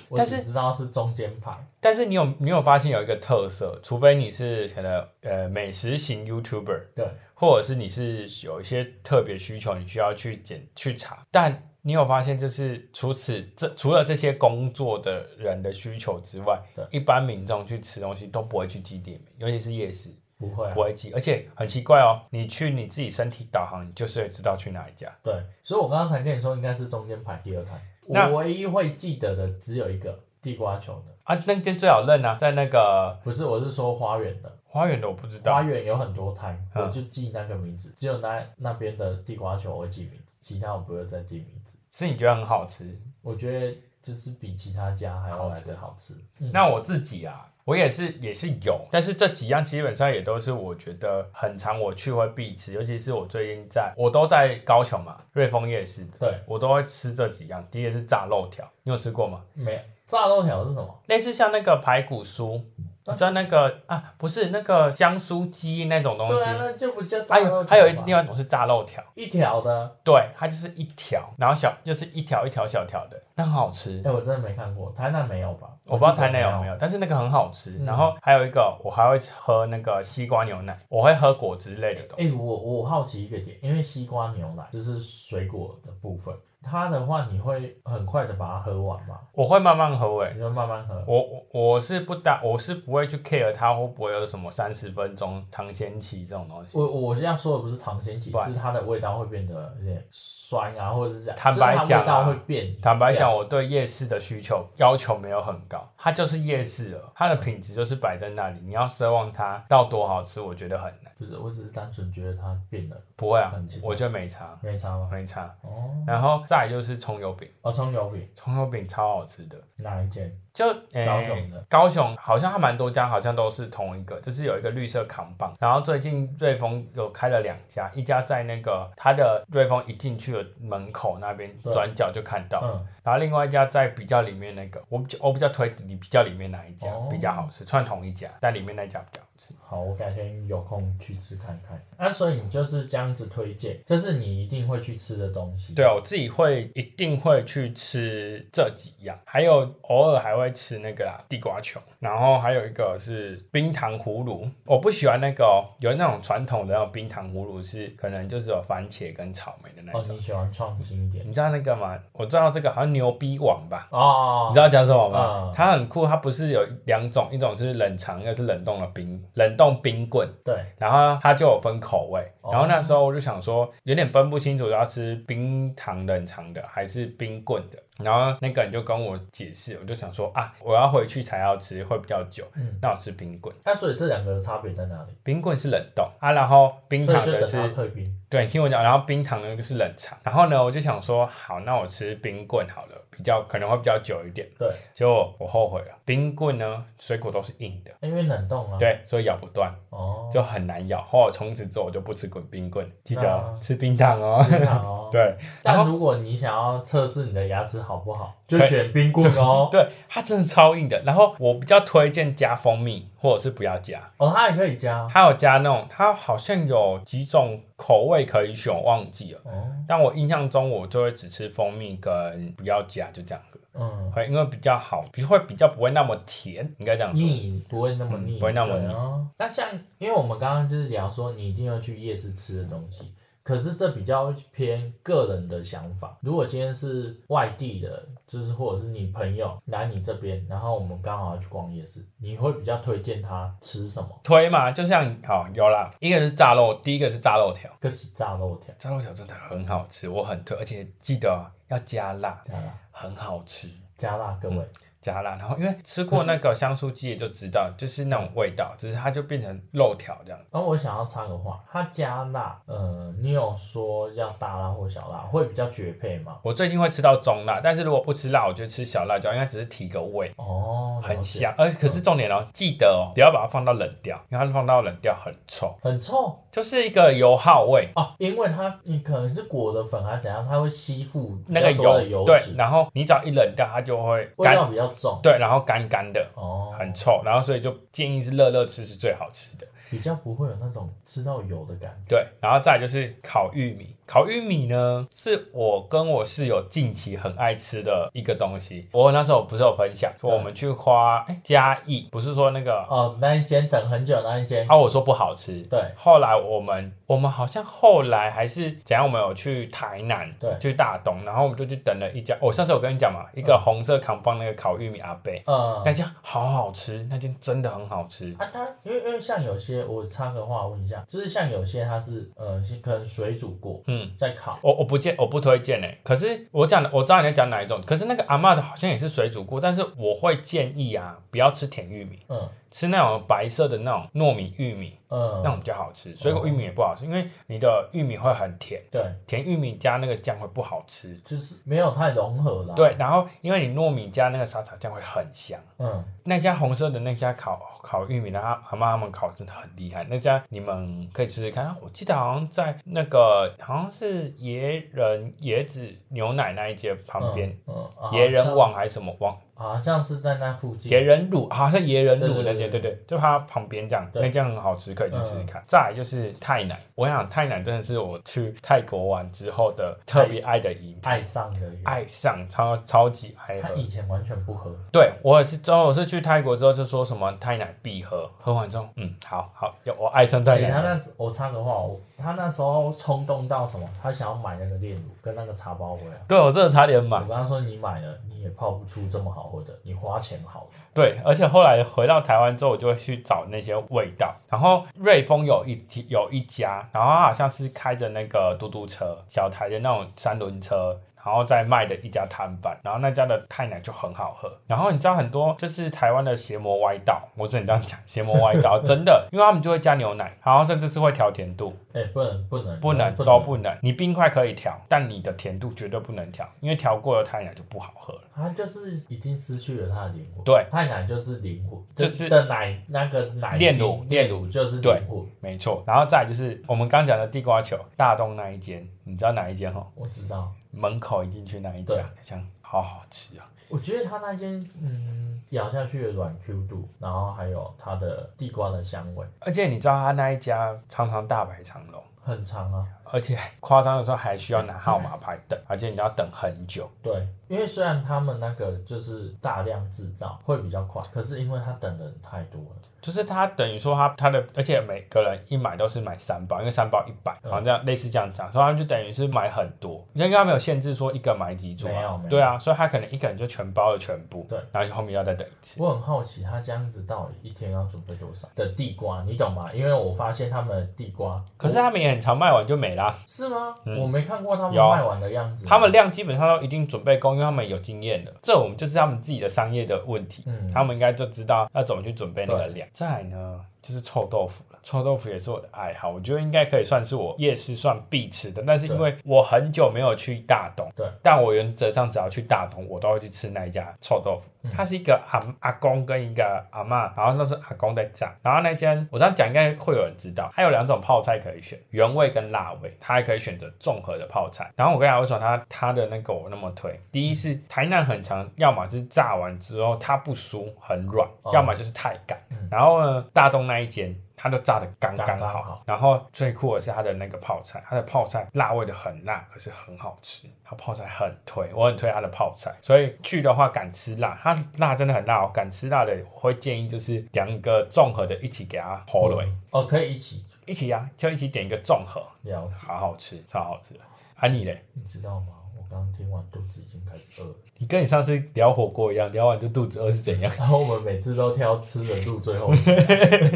[SPEAKER 1] 我
[SPEAKER 2] 但是
[SPEAKER 1] 只知道是中间排。
[SPEAKER 2] 但是你有你有发现有一个特色，除非你是可能呃美食型 YouTuber，
[SPEAKER 1] 对，
[SPEAKER 2] 或者是你是有一些特别需求，你需要去检去查。但你有发现，就是除此这除了这些工作的人的需求之外
[SPEAKER 1] 对，
[SPEAKER 2] 一般民众去吃东西都不会去记店名，尤其是夜市
[SPEAKER 1] 不会、啊
[SPEAKER 2] 不，会记，而且很奇怪哦，你去你自己身体导航，你就是会知道去哪一家。
[SPEAKER 1] 对，所以我刚刚才跟你说应该是中间排第二摊。
[SPEAKER 2] 那
[SPEAKER 1] 我唯一会记得的只有一个地瓜球的，
[SPEAKER 2] 啊，那间最好认啊，在那个
[SPEAKER 1] 不是，我是说花园的。
[SPEAKER 2] 花园的我不知
[SPEAKER 1] 花
[SPEAKER 2] 道，
[SPEAKER 1] 园有很多摊，
[SPEAKER 2] 嗯
[SPEAKER 1] 我就记那个名字，只有那那边的地瓜球我会记名字，其他我不会再记名字。
[SPEAKER 2] 是你觉得很好吃？
[SPEAKER 1] 我觉得就是比其他家还要
[SPEAKER 2] 好
[SPEAKER 1] 来
[SPEAKER 2] 吃
[SPEAKER 1] 的好吃。嗯
[SPEAKER 2] 那我自己啊，我也是也是有，但是这几样基本上也都是我觉得很常我去会必吃，尤其是我最近在我都在高雄嘛，瑞丰夜市，
[SPEAKER 1] 对，
[SPEAKER 2] 我都会吃这几样。第一个是炸肉条，你有吃过吗？
[SPEAKER 1] 没有炸豆条是什么？
[SPEAKER 2] 类似像那个排骨酥，
[SPEAKER 1] 嗯
[SPEAKER 2] 你知道那个啊，不是那个香酥鸡那种东
[SPEAKER 1] 对
[SPEAKER 2] 西
[SPEAKER 1] 啊，，那就不叫炸
[SPEAKER 2] 还
[SPEAKER 1] 豆条
[SPEAKER 2] 有
[SPEAKER 1] 吧。
[SPEAKER 2] 还有一另外一种是炸肉条，
[SPEAKER 1] 一条的，
[SPEAKER 2] 对，它就是一条，然后小就是一条一条小条的，那很好吃。
[SPEAKER 1] 哎，我真的没看过，台南没有吧？
[SPEAKER 2] 我不知道
[SPEAKER 1] 记得
[SPEAKER 2] 台南有没有，但是那个很好吃。
[SPEAKER 1] 嗯
[SPEAKER 2] 然后还有一个，我还会喝那个西瓜牛奶，我会喝果汁类的东西。
[SPEAKER 1] 哎、我我好奇一个点，因为西瓜牛奶就是水果的部分，它的话你会很快的把它喝完吗？
[SPEAKER 2] 我会慢慢喝诶、
[SPEAKER 1] 你就慢慢喝。
[SPEAKER 2] 我我我是不搭，我是不会去 care 它会不会有什么三十分钟尝鲜期这种东西。
[SPEAKER 1] 我我要说的不是尝鲜期
[SPEAKER 2] 不，然
[SPEAKER 1] 是它的味道会变得有点酸啊，或者是这样
[SPEAKER 2] 坦白
[SPEAKER 1] 就是它
[SPEAKER 2] 讲啊
[SPEAKER 1] 味道会变。
[SPEAKER 2] 坦白讲，我对夜市的需求要求没有很高，它就是夜市了，它的
[SPEAKER 1] 嗯
[SPEAKER 2] 品质就是摆在那里，你要奢望它到多好吃，我觉得很难。
[SPEAKER 1] 不是，我只是单纯觉得它变了，
[SPEAKER 2] 不会啊
[SPEAKER 1] 很奇，怪
[SPEAKER 2] 我觉得没差，
[SPEAKER 1] 没差吗？
[SPEAKER 2] 没差。
[SPEAKER 1] 哦，
[SPEAKER 2] 然后再来就是葱油饼，
[SPEAKER 1] 哦，葱油饼
[SPEAKER 2] 葱油饼超好吃的。
[SPEAKER 1] 哪一间？
[SPEAKER 2] 就、诶
[SPEAKER 1] 高雄的
[SPEAKER 2] 高雄好像还蛮多家，好像都是同一个，就是有一个绿色扛棒。然后最近瑞丰有开了两家，一家在那个它的瑞丰一进去的门口那边
[SPEAKER 1] 对
[SPEAKER 2] 转角就看到，
[SPEAKER 1] 嗯，
[SPEAKER 2] 然后另外一家在比较里面那个，我比较我比较推你比较里面哪一家、
[SPEAKER 1] 哦
[SPEAKER 2] 比较好吃，串同一家，但里面那家比较好吃。
[SPEAKER 1] 好，我改天有空去吃看看。那、所以你就是这样子推荐，这是你一定会去吃的东西。
[SPEAKER 2] 对啊，我自己会一定会去吃这几样，还有偶尔还会吃那个啦地瓜球，然后还有一个是冰糖葫芦，我不喜欢那个、哦、有那种传统的那种冰糖葫芦是可能就是有番茄跟草莓的那
[SPEAKER 1] 哦，
[SPEAKER 2] 种，
[SPEAKER 1] 你喜欢创新一点
[SPEAKER 2] 你知道那个吗？我知道这个好像牛逼网吧。
[SPEAKER 1] 哦
[SPEAKER 2] 你知。道讲什么吗？
[SPEAKER 1] 嗯
[SPEAKER 2] 它很酷，它不是有两种，一种是冷藏，一个是冷冻的冰，冷冻冰棍。
[SPEAKER 1] 对，
[SPEAKER 2] 然后它就有分口味，
[SPEAKER 1] 哦
[SPEAKER 2] 然后那时候我就想说，有点分不清楚要吃冰糖冷藏的还是冰棍的。然后那个人就跟我解释，我就想说啊，我要回去才要吃，会比较久，
[SPEAKER 1] 嗯
[SPEAKER 2] 那我吃冰棍。
[SPEAKER 1] 那所以这两个的差别在哪里？
[SPEAKER 2] 冰棍是冷冻啊，然后冰
[SPEAKER 1] 所以
[SPEAKER 2] 糖
[SPEAKER 1] 就
[SPEAKER 2] 的
[SPEAKER 1] 等它
[SPEAKER 2] 是
[SPEAKER 1] 退冰。
[SPEAKER 2] 对，听我讲，然后冰糖呢就是冷藏。然后呢，我就想说，好，那我吃冰棍好了，比较可能会比较久一点。
[SPEAKER 1] 对，
[SPEAKER 2] 结果我后悔了，冰棍呢水果都是硬的，
[SPEAKER 1] 因为冷冻啊。，
[SPEAKER 2] 对，所以咬不断。
[SPEAKER 1] 哦，
[SPEAKER 2] 就很难咬。后来从此之后我就不吃滚冰棍，记得哦、
[SPEAKER 1] 那
[SPEAKER 2] 吃冰糖哦。
[SPEAKER 1] 冰糖哦。
[SPEAKER 2] 对，然
[SPEAKER 1] 但
[SPEAKER 2] 后
[SPEAKER 1] 如果你想要测试你的牙齿好不好，就
[SPEAKER 2] 可以
[SPEAKER 1] 选冰棍哦。
[SPEAKER 2] 对它真的超硬的。然后我比较推荐加蜂蜜，或者是不要加。
[SPEAKER 1] 哦，它也可以加。
[SPEAKER 2] 它有加那种，它好像有几种口味可以选，我忘记了。
[SPEAKER 1] 哦，
[SPEAKER 2] 但我印象中，我就会只吃蜂蜜跟不要加，就这样喝，
[SPEAKER 1] 嗯，
[SPEAKER 2] 会因为比较好，比会比较不会那么甜，应该这样说。
[SPEAKER 1] 腻不会那么腻，
[SPEAKER 2] 嗯不会那么腻
[SPEAKER 1] 对哦。那像，因为我们刚刚就是聊说，你一定会去夜市吃的东西。可是这比较偏个人的想法。如果今天是外地的，就是或者是你朋友来你这边，然后我们刚好要去逛夜市，你会比较推荐他吃什么？
[SPEAKER 2] 推嘛，就像好有啦，一个是炸肉，第一个是炸肉条，
[SPEAKER 1] 可是炸肉条，
[SPEAKER 2] 炸肉条真的很好吃，我很推，而且记得哦要加辣，
[SPEAKER 1] 加辣，
[SPEAKER 2] 很好吃，
[SPEAKER 1] 加辣，各位，
[SPEAKER 2] 加辣。然后因为吃过那个香酥鸡也就知道，就是那种味道，只是它就变成肉条这样。
[SPEAKER 1] 然后我想要插个话，它加辣，呃，你有说要大辣或小辣，会比较绝配吗？
[SPEAKER 2] 我最近会吃到中辣，但是如果不吃辣，我就吃小辣椒，因为它只是提个味，
[SPEAKER 1] 哦，了
[SPEAKER 2] 很
[SPEAKER 1] 解，嗯
[SPEAKER 2] 香。而可是重点哦，记得哦，不要把它放到冷掉，因为它放到冷掉很臭，
[SPEAKER 1] 很臭
[SPEAKER 2] 就是一个油耗味。
[SPEAKER 1] 哦，因为它你可能是裹的粉还啊是怎样，它会吸附比
[SPEAKER 2] 那个
[SPEAKER 1] 较多的
[SPEAKER 2] 油
[SPEAKER 1] 油
[SPEAKER 2] 对，
[SPEAKER 1] 脂，
[SPEAKER 2] 然后你只要一冷掉，它就会
[SPEAKER 1] 味
[SPEAKER 2] 干，
[SPEAKER 1] 道比较重，
[SPEAKER 2] 对，然后干干的，
[SPEAKER 1] 哦，
[SPEAKER 2] 很臭，然后所以就建议是热热吃是最好吃的。
[SPEAKER 1] 比较不会有那种吃到油的感觉。
[SPEAKER 2] 对，然后再来就是烤玉米。烤玉米呢，是我跟我室友近期很爱吃的一个东西。我那时候不是有分享，说我们去花哎嘉义，不是说那个
[SPEAKER 1] 哦，那一间等很久那一间，
[SPEAKER 2] 啊，我说不好吃。
[SPEAKER 1] 对，
[SPEAKER 2] 后来我们我们好像后来还是怎样，我们有去台南，
[SPEAKER 1] 对
[SPEAKER 2] 去大东，然后我们就去等了一家。我、上次有跟你讲嘛，一个红色扛棒那个烤玉米阿贝，
[SPEAKER 1] 呃，
[SPEAKER 2] 那间好好吃，那间真的很好吃。
[SPEAKER 1] 啊，它因为因为像有些我插个话问一下，就是像有些它是呃是可能水煮过
[SPEAKER 2] 嗯，
[SPEAKER 1] 再烤，
[SPEAKER 2] 我我不荐，我不推荐呢、欸可是我讲的，我知道你在讲哪一种，可是那个阿嬷的好像也是水煮过，但是我会建议啊，不要吃甜玉米，
[SPEAKER 1] 嗯
[SPEAKER 2] 吃那种白色的那种糯米玉米，
[SPEAKER 1] 嗯，
[SPEAKER 2] 那种比较好吃。水果玉米也不好吃，因为你的玉米会很甜，
[SPEAKER 1] 对，
[SPEAKER 2] 甜玉米加那个酱会不好吃。
[SPEAKER 1] 就是没有太融合啦。，
[SPEAKER 2] 对，然后因为你糯米加那个沙茶酱会很香。
[SPEAKER 1] 嗯，
[SPEAKER 2] 那家红色的那家烤烤玉米的阿阿妈他们烤真的很厉害，那家你们可以试试看。啊我记得好像在那个好像是椰仁椰子牛奶那一街旁边，
[SPEAKER 1] 嗯，嗯，好
[SPEAKER 2] 椰仁
[SPEAKER 1] 像
[SPEAKER 2] 网还是什么网，
[SPEAKER 1] 好像是在那附近
[SPEAKER 2] 椰。仁乳好像椰仁乳
[SPEAKER 1] 对对
[SPEAKER 2] 那
[SPEAKER 1] 对
[SPEAKER 2] 间，对
[SPEAKER 1] 对
[SPEAKER 2] 对，就它旁边这样，嗯
[SPEAKER 1] 对
[SPEAKER 2] 那家很好吃，可以去试试看。再来就是泰奶，我想泰奶真的是我去泰国玩之后的特别爱的饮品，
[SPEAKER 1] 爱上的人，
[SPEAKER 2] 爱上超超级爱喝
[SPEAKER 1] 他。以前完全不喝，
[SPEAKER 2] 对我也是，之后我是去泰国之后就说什么泰奶必喝，喝完之后，嗯，好好，有我爱上泰
[SPEAKER 1] 对、啊
[SPEAKER 2] 奶
[SPEAKER 1] 他
[SPEAKER 2] 了。
[SPEAKER 1] 那时我插个话，我他那时候冲动到什么？他想要买那个炼乳跟那个茶包回来。
[SPEAKER 2] 对我真的差点买
[SPEAKER 1] 我，跟他说，你买了你也泡不出这么好喝的，你花钱好了。
[SPEAKER 2] 对，而且后来回到台湾之后，我就会去找那些味道。然后瑞丰有一有一家，然后他好像是开着那个嘟嘟车，小台的那种三轮车。然后再卖的一家摊贩，然后那家的泰奶就很好喝。然后你知道很多就是台湾的邪魔歪道，我只能这样讲，邪魔歪道真的，因为他们就会加牛奶，然后甚至是会调甜度，
[SPEAKER 1] 哎、不能不能
[SPEAKER 2] 不能
[SPEAKER 1] 嗯不
[SPEAKER 2] 都不能。你冰块可以调，但你的甜度绝对不能调，因为调过的泰奶就不好喝了。
[SPEAKER 1] 他就是已经失去了他的灵魂。
[SPEAKER 2] 对，
[SPEAKER 1] 太奶就是灵魂，
[SPEAKER 2] 就是
[SPEAKER 1] 的奶那个奶
[SPEAKER 2] 炼乳
[SPEAKER 1] 精
[SPEAKER 2] 炼
[SPEAKER 1] 炼
[SPEAKER 2] 乳
[SPEAKER 1] 乳就是
[SPEAKER 2] 对
[SPEAKER 1] 灵魂。
[SPEAKER 2] 没错，然后再来就是我们刚讲的地瓜球，大东那一间，你知道哪一间哈？
[SPEAKER 1] 我知道，
[SPEAKER 2] 门口一进去那一家
[SPEAKER 1] 对，
[SPEAKER 2] 想好好吃啊！
[SPEAKER 1] 我觉得他那间嗯咬下去的软 Q 度，然后还有它的地瓜的香味，
[SPEAKER 2] 而且你知道他那一家常常大排长龙，
[SPEAKER 1] 很长啊。
[SPEAKER 2] 而且夸张的时候还需要拿号码牌等，而且你要等很久。
[SPEAKER 1] 对，因为虽然他们那个就是大量制造会比较快，可是因为他等的人太多了，
[SPEAKER 2] 就是他等于说他他的，而且每个人一买都是买三包，因为三包一百，
[SPEAKER 1] 嗯
[SPEAKER 2] 好像这样类似这样讲，所以他们就等于是买很多。应该没有限制说一个买几组
[SPEAKER 1] 没有
[SPEAKER 2] 啊
[SPEAKER 1] 没？有
[SPEAKER 2] 对啊，所以他可能一个人就全包了全部，
[SPEAKER 1] 对，哦
[SPEAKER 2] 然后就后面要再等一次。
[SPEAKER 1] 我很好奇他这样子到底一天要准备多少的地瓜，你懂吗？因为我发现他们的地瓜
[SPEAKER 2] 可是他们也很常卖完就没啦。
[SPEAKER 1] 是吗？
[SPEAKER 2] 嗯
[SPEAKER 1] 我没看过他们
[SPEAKER 2] 有
[SPEAKER 1] 卖完的样子。
[SPEAKER 2] 他们量基本上都一定准备供，因为他们有经验的。这我们就是他们自己的商业的问题，
[SPEAKER 1] 嗯
[SPEAKER 2] 他们应该就知道要怎么去准备那个量。再来呢，就是臭豆腐了。臭豆腐也是我的爱好，我觉得应该可以算是我夜市算必吃的。但是因为我很久没有去大东，
[SPEAKER 1] 对，
[SPEAKER 2] 但我原则上只要去大东，我都会去吃那一家臭豆腐。
[SPEAKER 1] 嗯
[SPEAKER 2] 它是一个阿阿公跟一个阿嬷，然后那是阿公在炸，然后那间我这样讲应该会有人知道，它有两种泡菜可以选，原味跟辣味，它还可以选择综合的泡菜。然后我跟你讲为什么它它的那个我那么推，
[SPEAKER 1] 嗯
[SPEAKER 2] 第一是台南很常，要么就是炸完之后它不酥很软，
[SPEAKER 1] 哦
[SPEAKER 2] 要么就是太干
[SPEAKER 1] 嗯。
[SPEAKER 2] 然后呢，大东那一间。它都炸的刚刚
[SPEAKER 1] 刚刚
[SPEAKER 2] 好
[SPEAKER 1] 好，
[SPEAKER 2] 然后最酷的是它的那个泡菜，它的泡菜辣味的很辣，可是很好吃。它泡菜很推，我很推它的泡菜，所以去的话敢吃辣，它辣真的很辣哦。敢吃辣的，我会建议就是两个综合的一起给它泡了、
[SPEAKER 1] 哦，可以一起
[SPEAKER 2] 一起啊，就一起点一个综合，
[SPEAKER 1] 聊，
[SPEAKER 2] 好好吃，超好吃的。啊你嘞？
[SPEAKER 1] 你知道吗？我刚刚听完肚子已经开始饿了，
[SPEAKER 2] 你跟你上次聊火锅一样，聊完就肚子饿是怎样？
[SPEAKER 1] 然后我们每次都挑吃的路最后一次。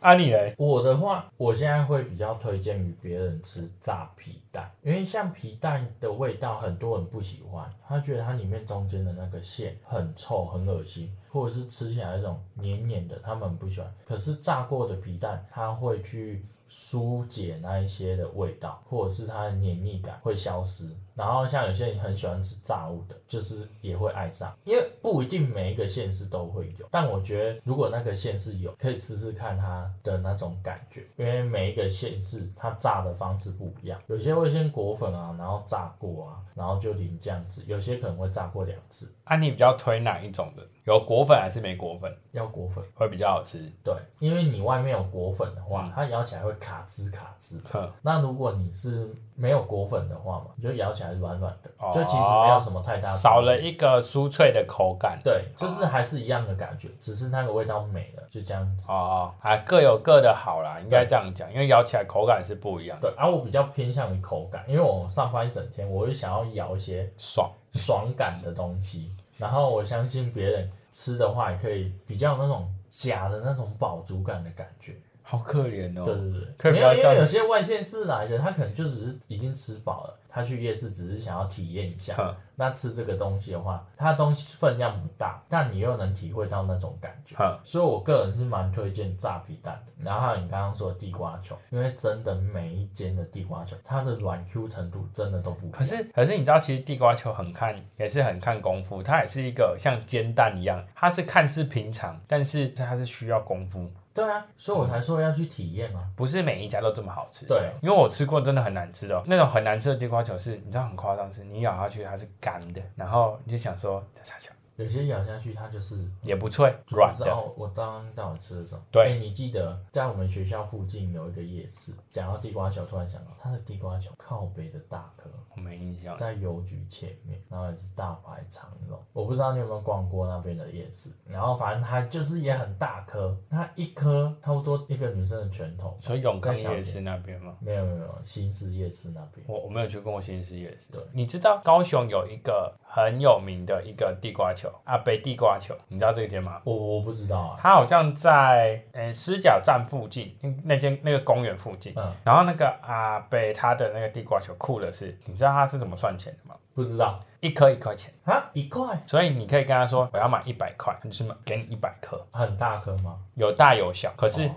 [SPEAKER 2] 啊你嘞？
[SPEAKER 1] 我的话，我现在会比较推荐于别人吃炸皮蛋，因为像皮蛋的味道，很多人不喜欢，他觉得它里面中间的那个馅很臭、很恶心，或者是吃起来那种黏黏的，他们很不喜欢。可是炸过的皮蛋，它会去疏解那一些的味道，或者是它的黏腻感会消失。然后像有些人很喜欢吃炸物的，就是也会爱上，因为不一定每一个县市都会有，但我觉得如果那个县市有，可以试试看它的那种感觉，因为每一个县市它炸的方式不一样，有些会先裹粉啊，然后炸过啊，然后就淋酱汁，有些可能会炸过两次，
[SPEAKER 2] 啊你比较推哪一种的？有果粉还是没果粉
[SPEAKER 1] 要裹粉。
[SPEAKER 2] 会比较好吃？
[SPEAKER 1] 对，因为你外面有裹粉的话
[SPEAKER 2] 嗯，
[SPEAKER 1] 它咬起来会卡吱卡吱的。
[SPEAKER 2] 哼，
[SPEAKER 1] 那如果你是没有裹粉的话嘛，你就咬起来软软的
[SPEAKER 2] 哦，
[SPEAKER 1] 就其实没有什么太大差
[SPEAKER 2] 少
[SPEAKER 1] 别
[SPEAKER 2] 了一个酥脆的口感。
[SPEAKER 1] 对，就是还是一样的感觉，只是那个味道没了，就这样子。
[SPEAKER 2] 哦，啊，各有各的好啦，应该这样讲，因为咬起来口感是不一样的，
[SPEAKER 1] 对，而、我比较偏向于口感，因为我上班一整天，我就想要咬一些
[SPEAKER 2] 爽。
[SPEAKER 1] 爽感的东西，然后我相信别人吃的话，也可以比较有那种假的那种饱足感的感觉。
[SPEAKER 2] 好可怜
[SPEAKER 1] 对
[SPEAKER 2] 哦。
[SPEAKER 1] 对对，
[SPEAKER 2] 可以
[SPEAKER 1] 没
[SPEAKER 2] 不要
[SPEAKER 1] 有，因
[SPEAKER 2] 这样
[SPEAKER 1] 为有
[SPEAKER 2] 子
[SPEAKER 1] 些外县市来的，他可能就只是已经吃饱了，他去夜市只是想要体验一下。
[SPEAKER 2] 嗯
[SPEAKER 1] 那吃这个东西的话，它的东西分量不大，但你又能体会到那种感觉。
[SPEAKER 2] 好，
[SPEAKER 1] 所以我个人是蛮推荐炸皮蛋的，然后还有你刚刚说的地瓜球，因为真的每一间的地瓜球，它的软 Q 程度真的都不一样
[SPEAKER 2] 可是可是你知道，其实地瓜球很看也是很看功夫，它也是一个像煎蛋一样，它是看似平常，但是它是需要功夫，
[SPEAKER 1] 对啊，所以我才说要去体验啊。
[SPEAKER 2] 不是每一家都这么好吃。
[SPEAKER 1] 对，啊
[SPEAKER 2] 因为我吃过真的很难吃的哦、那种很难吃的地瓜球是，你知道很夸张，是你咬下去它是干的，然后你就想说这啥球
[SPEAKER 1] 有些咬下去它就是
[SPEAKER 2] 也不脆，
[SPEAKER 1] 就
[SPEAKER 2] 软
[SPEAKER 1] 不知
[SPEAKER 2] 的。
[SPEAKER 1] 道我刚刚到底吃了什么。
[SPEAKER 2] 对
[SPEAKER 1] 哎你记得在我们学校附近有一个夜市，讲到地瓜球，突然想到它的地瓜球靠北的大颗，
[SPEAKER 2] 我没印象，
[SPEAKER 1] 在邮局前面，然后也是大排长龙。我不知道你有没有逛过那边的夜市，然后反正它就是也很大颗，它一颗差不多一个女生的拳头。
[SPEAKER 2] 所以永康
[SPEAKER 1] 再小一
[SPEAKER 2] 夜
[SPEAKER 1] 点
[SPEAKER 2] 市那边吗？
[SPEAKER 1] 没有没有没有，新市夜市那边
[SPEAKER 2] 我我没有去过新市夜市。
[SPEAKER 1] 对，
[SPEAKER 2] 你知道高雄有一个很有名的一个地瓜球，阿北地瓜球，你知道这个间吗？
[SPEAKER 1] 我我不知道啊。
[SPEAKER 2] 它好像在呃狮脚站附近那那间那个公园附近。
[SPEAKER 1] 嗯，
[SPEAKER 2] 然后那个阿北他的那个地瓜球酷的是，你知道他是怎么算钱的吗？
[SPEAKER 1] 不知道
[SPEAKER 2] 一颗一颗钱，
[SPEAKER 1] 啊，一块
[SPEAKER 2] 所以你可以跟他说我要买一百块，他就是买给你一百颗，
[SPEAKER 1] 很大颗吗？
[SPEAKER 2] 有大有小，可是
[SPEAKER 1] 哦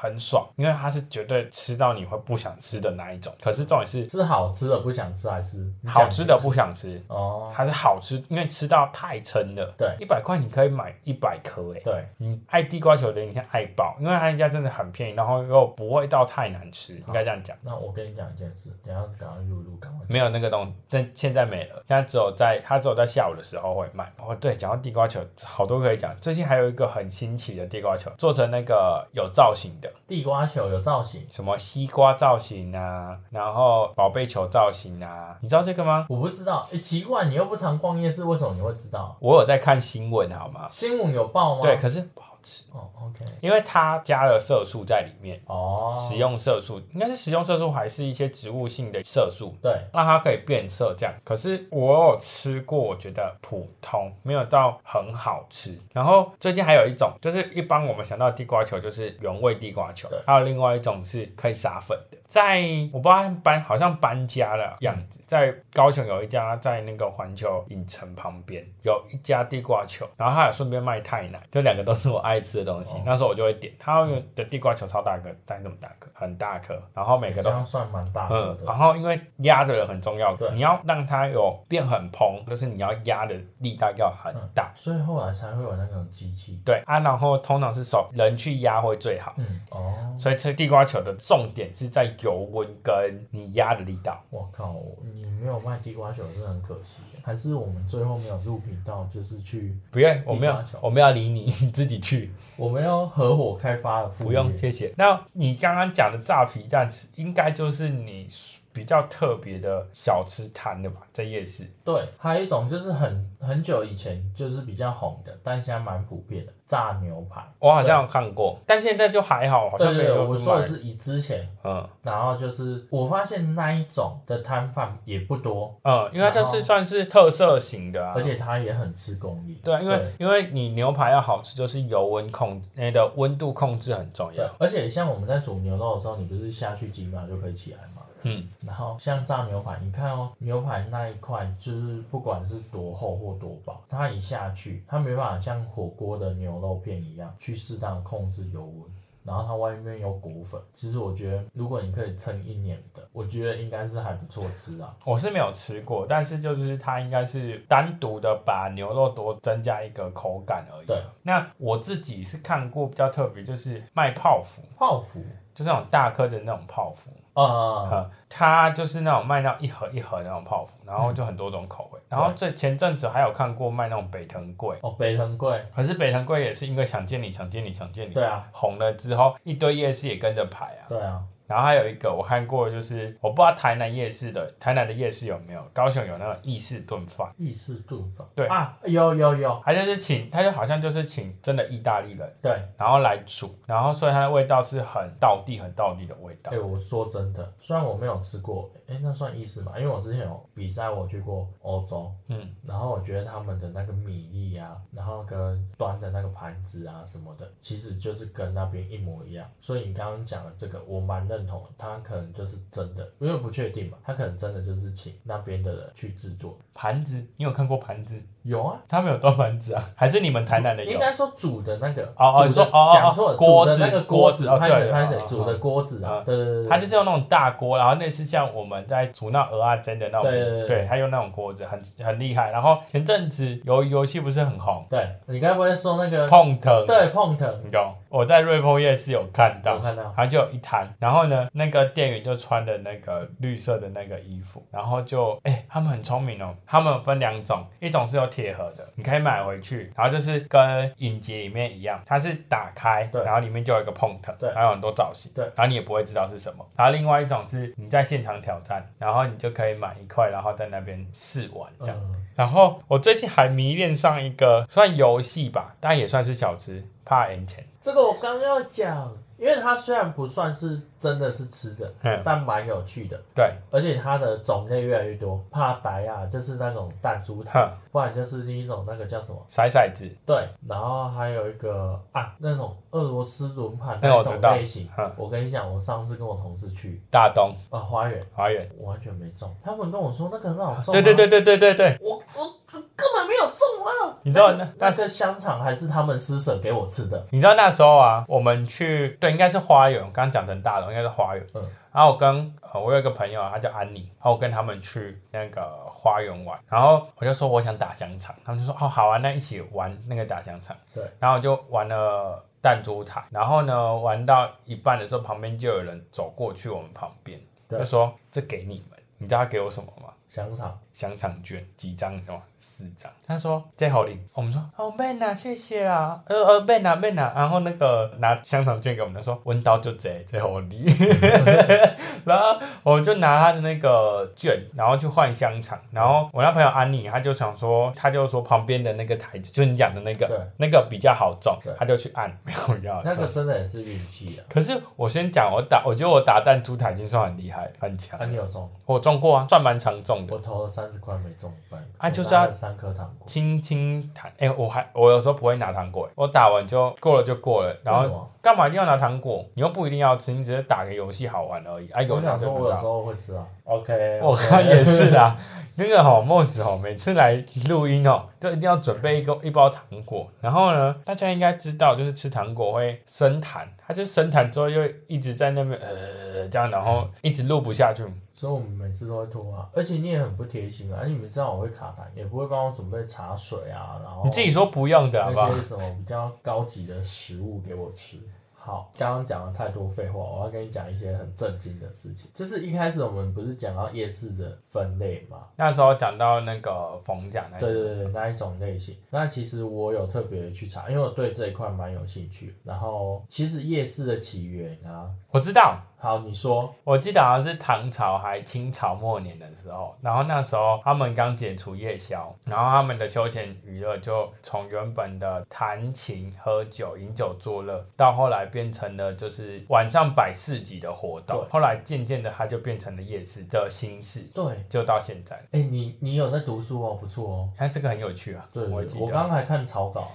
[SPEAKER 2] 很爽，因为它是绝对吃到你会不想吃的那一种。可是重点是
[SPEAKER 1] 是好吃的不想吃还是你
[SPEAKER 2] 好
[SPEAKER 1] 想
[SPEAKER 2] 吃的不想吃，
[SPEAKER 1] 哦？
[SPEAKER 2] 它是好吃，因为吃到太撑了。
[SPEAKER 1] 对
[SPEAKER 2] 一百块你可以买一百颗哎。
[SPEAKER 1] 对，
[SPEAKER 2] 你爱地瓜球的，你像爱爆，因为他家真的很便宜，然后又不会到太难吃，应该这样讲。
[SPEAKER 1] 那我跟你讲一件事，等一下赶快录录，赶快讲。
[SPEAKER 2] 没有那个东西，但现在没了。现在只有在它只有在下午的时候会卖。哦，对，讲到地瓜球，好多可以讲。最近还有一个很新奇的地瓜球，做成那个有造型的，
[SPEAKER 1] 地瓜球有造型，
[SPEAKER 2] 什么西瓜造型啊，然后宝贝球造型啊，你知道这个吗？
[SPEAKER 1] 我不知道。诶，奇怪，你又不常逛夜市，为什么你会知道？
[SPEAKER 2] 我有在看新闻，好吗？
[SPEAKER 1] 新闻有啊报吗？
[SPEAKER 2] 对，，可是不好吃，
[SPEAKER 1] 哦，OK，
[SPEAKER 2] 因为它加了色素在里面，
[SPEAKER 1] 哦，
[SPEAKER 2] 食用色素应该是食用色素还是一些植物性的色素，
[SPEAKER 1] 对，
[SPEAKER 2] 让它可以变色这样。可是我有吃过，我觉得普通，没有到很好吃。然后最近还有一种，就是一般我们想到地瓜球就是原味地瓜球
[SPEAKER 1] 对，
[SPEAKER 2] 还有另外一种是可以撒粉的。在我不知道搬好像搬家了样子，在高雄有一家在那个环球影城旁边有一家地瓜球，然后它有顺便卖泰奶，就两个都是我爱吃的东西。
[SPEAKER 1] 哦
[SPEAKER 2] 那时候我就会点，它的地瓜球超大颗，但这么大颗，很大颗，然后每个
[SPEAKER 1] 这
[SPEAKER 2] 都
[SPEAKER 1] 样算蛮大颗
[SPEAKER 2] 嗯，
[SPEAKER 1] 的。
[SPEAKER 2] 然后因为压的人很重要，
[SPEAKER 1] 对
[SPEAKER 2] 你要让它有变很蓬，就是你要压的力道要很大。
[SPEAKER 1] 所以后来才会有那种机器。
[SPEAKER 2] 对啊，然后通常是手人去压会最好。
[SPEAKER 1] 嗯，哦，
[SPEAKER 2] 所以吃地瓜球的重点是在油温跟你压的力道。
[SPEAKER 1] 我靠，你没有卖地瓜球真的很可惜耶。还是我们最后没有录频道，就是去
[SPEAKER 2] 不用，我没有
[SPEAKER 1] 地瓜球，
[SPEAKER 2] 我没有理你， 你自己去，
[SPEAKER 1] 我们要合伙开发的副业。
[SPEAKER 2] 不用，谢谢。那你刚刚讲的炸皮蛋，应该就是你比较特别的小吃摊的吧，在夜市。
[SPEAKER 1] 对，还有一种就是很很久以前就是比较红的，但现在蛮普遍的炸牛排。
[SPEAKER 2] 我好像有看过，但现在就还好，好像
[SPEAKER 1] 对
[SPEAKER 2] 没
[SPEAKER 1] 对对，
[SPEAKER 2] 有
[SPEAKER 1] 我
[SPEAKER 2] 这么
[SPEAKER 1] 说的
[SPEAKER 2] 卖
[SPEAKER 1] 是以之前，
[SPEAKER 2] 嗯。
[SPEAKER 1] 然后就是我发现那一种的摊贩也不多，
[SPEAKER 2] 嗯，因为它是算是特色型的啊，
[SPEAKER 1] 而且它也很吃功力。
[SPEAKER 2] 对啊，因为因为你牛排要好吃，就是油温控那的温度控制很重
[SPEAKER 1] 对，啊
[SPEAKER 2] 要。
[SPEAKER 1] 而且像我们在煮牛肉的时候，你不是下去几秒就可以起来吗？
[SPEAKER 2] 嗯，
[SPEAKER 1] 然后像炸牛排，你看哦，牛排那一块就是不管是多厚或多薄，它一下去，它没办法像火锅的牛肉片一样去适当地控制油温，然后它外面有裹粉。其实我觉得，如果你可以撑一年的，我觉得应该是还不错吃啊。
[SPEAKER 2] 我是没有吃过，但是就是它应该是单独的把牛肉多增加一个口感而已。
[SPEAKER 1] 对，
[SPEAKER 2] 那我自己是看过比较特别，就是卖泡芙，
[SPEAKER 1] 泡芙，
[SPEAKER 2] 就是那种大颗的那种泡芙。
[SPEAKER 1] 呃，
[SPEAKER 2] 呃，它就是那种卖那种一盒一盒的那种泡芙，然后就很多种口
[SPEAKER 1] 嗯
[SPEAKER 2] 味。然后这前阵子还有看过卖那种北藤贵，
[SPEAKER 1] 哦，北藤贵，
[SPEAKER 2] 可是北藤贵也是因为想见你，想见你，想见你，
[SPEAKER 1] 对啊，
[SPEAKER 2] 红了之后，一堆夜市也跟着排啊。
[SPEAKER 1] 对啊，
[SPEAKER 2] 然后还有一个我看过，就是我不知道台南夜市的台南的夜市有没有，高雄有那种意式炖饭，
[SPEAKER 1] 意式炖饭，
[SPEAKER 2] 对
[SPEAKER 1] 啊，有有有，
[SPEAKER 2] 他就是请，他就好像就是请真的意大利人，
[SPEAKER 1] 对，
[SPEAKER 2] 然后来煮，然后所以它的味道是很道地很道地的味道
[SPEAKER 1] 哎、。我说真的，虽然我没有吃过，哎、那算意式嘛？因为我之前有比赛，我去过欧洲，
[SPEAKER 2] 嗯，
[SPEAKER 1] 然后我觉得他们的那个米粒啊，然后跟端的那个盘子啊什么的，其实就是跟那边一模一样。所以你刚刚讲的这个，我蛮认同的，他可能就是真的，因为不确定嘛，他可能真的就是请那边的人去制作。
[SPEAKER 2] 盘子，你有看过盘子？
[SPEAKER 1] 有啊，
[SPEAKER 2] 他们有端盘子啊？还是你们台南的
[SPEAKER 1] 应
[SPEAKER 2] 有？
[SPEAKER 1] 该说煮的那个，
[SPEAKER 2] 哦哦
[SPEAKER 1] 煮
[SPEAKER 2] 你说
[SPEAKER 1] 的
[SPEAKER 2] 哦哦哦
[SPEAKER 1] 讲错了，
[SPEAKER 2] 锅
[SPEAKER 1] 煮的那
[SPEAKER 2] 子
[SPEAKER 1] 个
[SPEAKER 2] 锅
[SPEAKER 1] 锅
[SPEAKER 2] 子
[SPEAKER 1] 子，
[SPEAKER 2] 哦
[SPEAKER 1] 拍
[SPEAKER 2] 对
[SPEAKER 1] 谁拍谁
[SPEAKER 2] 哦，
[SPEAKER 1] 煮的锅子
[SPEAKER 2] 哦
[SPEAKER 1] 啊，对对对对，
[SPEAKER 2] 它就是用那种大锅，然后类似像我们在煮那鹅啊蒸的那种，
[SPEAKER 1] 对对对
[SPEAKER 2] 它用那种锅子，很很厉害。然后前阵子游游戏不是很红，
[SPEAKER 1] 对你该不会说那个
[SPEAKER 2] 碰藤，
[SPEAKER 1] 对碰藤？
[SPEAKER 2] 你懂？我在瑞丰夜市有看到
[SPEAKER 1] 我，看到，
[SPEAKER 2] 它就有一摊，然后呢，那个店员就穿的那个绿色的那个衣服，然后就哎、他们很聪明哦，他们有分两种，一种是有铁盒的，你可以买回去，然后就是跟影集里面一样，它是打开，
[SPEAKER 1] 对
[SPEAKER 2] 然后里面就有一个碰头，
[SPEAKER 1] 对
[SPEAKER 2] 还有很多造型，
[SPEAKER 1] 对
[SPEAKER 2] 然后你也不会知道是什么。然后另外一种是你在现场挑战，然后你就可以买一块，然后在那边试玩这样。
[SPEAKER 1] 嗯，
[SPEAKER 2] 然后我最近还迷恋上一个算游戏吧，但也算是小吃，怕赢钱。
[SPEAKER 1] 这个我刚要讲，因为它虽然不算是真的是吃的，
[SPEAKER 2] 嗯，
[SPEAKER 1] 但蛮有趣的，
[SPEAKER 2] 对，
[SPEAKER 1] 而且它的种类越来越多。帕达亚就是那种弹珠塔，
[SPEAKER 2] 哼，
[SPEAKER 1] 不然就是另一种那个叫什么？
[SPEAKER 2] 骰骰子。
[SPEAKER 1] 对，然后还有一个啊，那种俄罗斯轮盘
[SPEAKER 2] 那我
[SPEAKER 1] 那
[SPEAKER 2] 知
[SPEAKER 1] 种
[SPEAKER 2] 道
[SPEAKER 1] 类型。
[SPEAKER 2] 哼，
[SPEAKER 1] 我跟你讲，我上次跟我同事去
[SPEAKER 2] 大东
[SPEAKER 1] 呃花园，
[SPEAKER 2] 花园，
[SPEAKER 1] 我完全没中。他们跟我说那个很好中、啊
[SPEAKER 2] 对对，对对对对对，
[SPEAKER 1] 我我根本没有中啊！
[SPEAKER 2] 你知道
[SPEAKER 1] 那个
[SPEAKER 2] 那
[SPEAKER 1] 那个香肠还是他们施舍给我吃的，
[SPEAKER 2] 你知道那时候啊，我们去对，应该是花园，我刚刚讲成大东，应该是花园。
[SPEAKER 1] 嗯
[SPEAKER 2] 然后我跟呃，我有一个朋友啊，他叫安妮，然后我跟他们去那个花园玩，然后我就说我想打香肠，他们就说哦好啊，那一起玩那个打香肠。
[SPEAKER 1] 对，
[SPEAKER 2] 然后我就玩了。弹珠台，然后呢，玩到一半的时候，旁边就有人走过去我们旁边，
[SPEAKER 1] 对
[SPEAKER 2] 就说：“这给你们。”你知道他给我什么吗？
[SPEAKER 1] 香肠
[SPEAKER 2] 香肠卷几张？你知道吗？四张。他说这好领，我们说哦 man 啊，谢谢啊，呃呃 man 啊 man 啊，然后那个拿香肠卷给我们，他说温刀就这这好领， 然后我们就拿他的那个卷，然后去换香肠，然后我那朋友安妮，他就想说，他就说旁边的那个台子，就是你讲的那
[SPEAKER 1] 对
[SPEAKER 2] 个，那个比较好中
[SPEAKER 1] 对，
[SPEAKER 2] 他就去按， 没有要
[SPEAKER 1] 那
[SPEAKER 2] 中。
[SPEAKER 1] 个真的也是运气啊！
[SPEAKER 2] 可是我先讲，我打，我觉得我打弹珠台已经算很厉害，很强
[SPEAKER 1] 啊，。你有中？
[SPEAKER 2] 我中过啊，算蛮常中的。
[SPEAKER 1] 我投了三十块没中一半，
[SPEAKER 2] 啊
[SPEAKER 1] 我
[SPEAKER 2] 就是
[SPEAKER 1] 拿
[SPEAKER 2] 要
[SPEAKER 1] 了三颗糖果，
[SPEAKER 2] 轻轻弹，哎、我还我有时候不会拿糖果，欸我打完就过了就过了，然
[SPEAKER 1] 为什
[SPEAKER 2] 后
[SPEAKER 1] 么
[SPEAKER 2] 干嘛一定要拿糖果？你又不一定要吃，你只是打个游戏好玩而已。哎、啊，有
[SPEAKER 1] 我想
[SPEAKER 2] 糖
[SPEAKER 1] 说，
[SPEAKER 2] 就
[SPEAKER 1] 我
[SPEAKER 2] 拿
[SPEAKER 1] 有时候会吃啊。OK，
[SPEAKER 2] 我看也是啦，那个吼莫斯吼，每次来录音哦，就一定要准备一个
[SPEAKER 1] 嗯
[SPEAKER 2] 一包糖果。然后呢，大家应该知道，就是吃糖果会生痰，他就生痰之后又一直在那边呃这样，然
[SPEAKER 1] 哦
[SPEAKER 2] 后一直录不下去。
[SPEAKER 1] 所以我们每次都会拖啊，而且你也很不贴心啊！你们知道我会卡痰，也不会帮我准备茶水啊，然后
[SPEAKER 2] 你自己说不用的好不
[SPEAKER 1] 那
[SPEAKER 2] 好？
[SPEAKER 1] 些什么比较高级的食物给我吃。好，刚刚讲了太多废话，我要跟你讲一些很震惊的事情。就是一开始我们不是讲到夜市的分类嘛，
[SPEAKER 2] 那时候讲到那个冯甲那
[SPEAKER 1] 对
[SPEAKER 2] 些，
[SPEAKER 1] 对对，那一种类型。那其实我有特别去查，因为我对这一块蛮有兴趣。然后，其实夜市的起源啊，
[SPEAKER 2] 我知道。
[SPEAKER 1] 好，你说，
[SPEAKER 2] 我记得好像是唐朝还清朝末年的时候，然后那时候他们刚解除夜宵，然后他们的休闲娱乐就从原本的弹琴、喝酒、饮酒作乐，到后来变成了就是晚上摆市集的活动，
[SPEAKER 1] 对
[SPEAKER 2] 后来渐渐的它就变成了夜市的形式，
[SPEAKER 1] 对，
[SPEAKER 2] 就到现在。
[SPEAKER 1] 哎、你你有在读书哦，不错哦。
[SPEAKER 2] 哎、这个很有趣啊！
[SPEAKER 1] 对，
[SPEAKER 2] 我
[SPEAKER 1] 我
[SPEAKER 2] 会记
[SPEAKER 1] 刚
[SPEAKER 2] 得，
[SPEAKER 1] 刚还看草稿，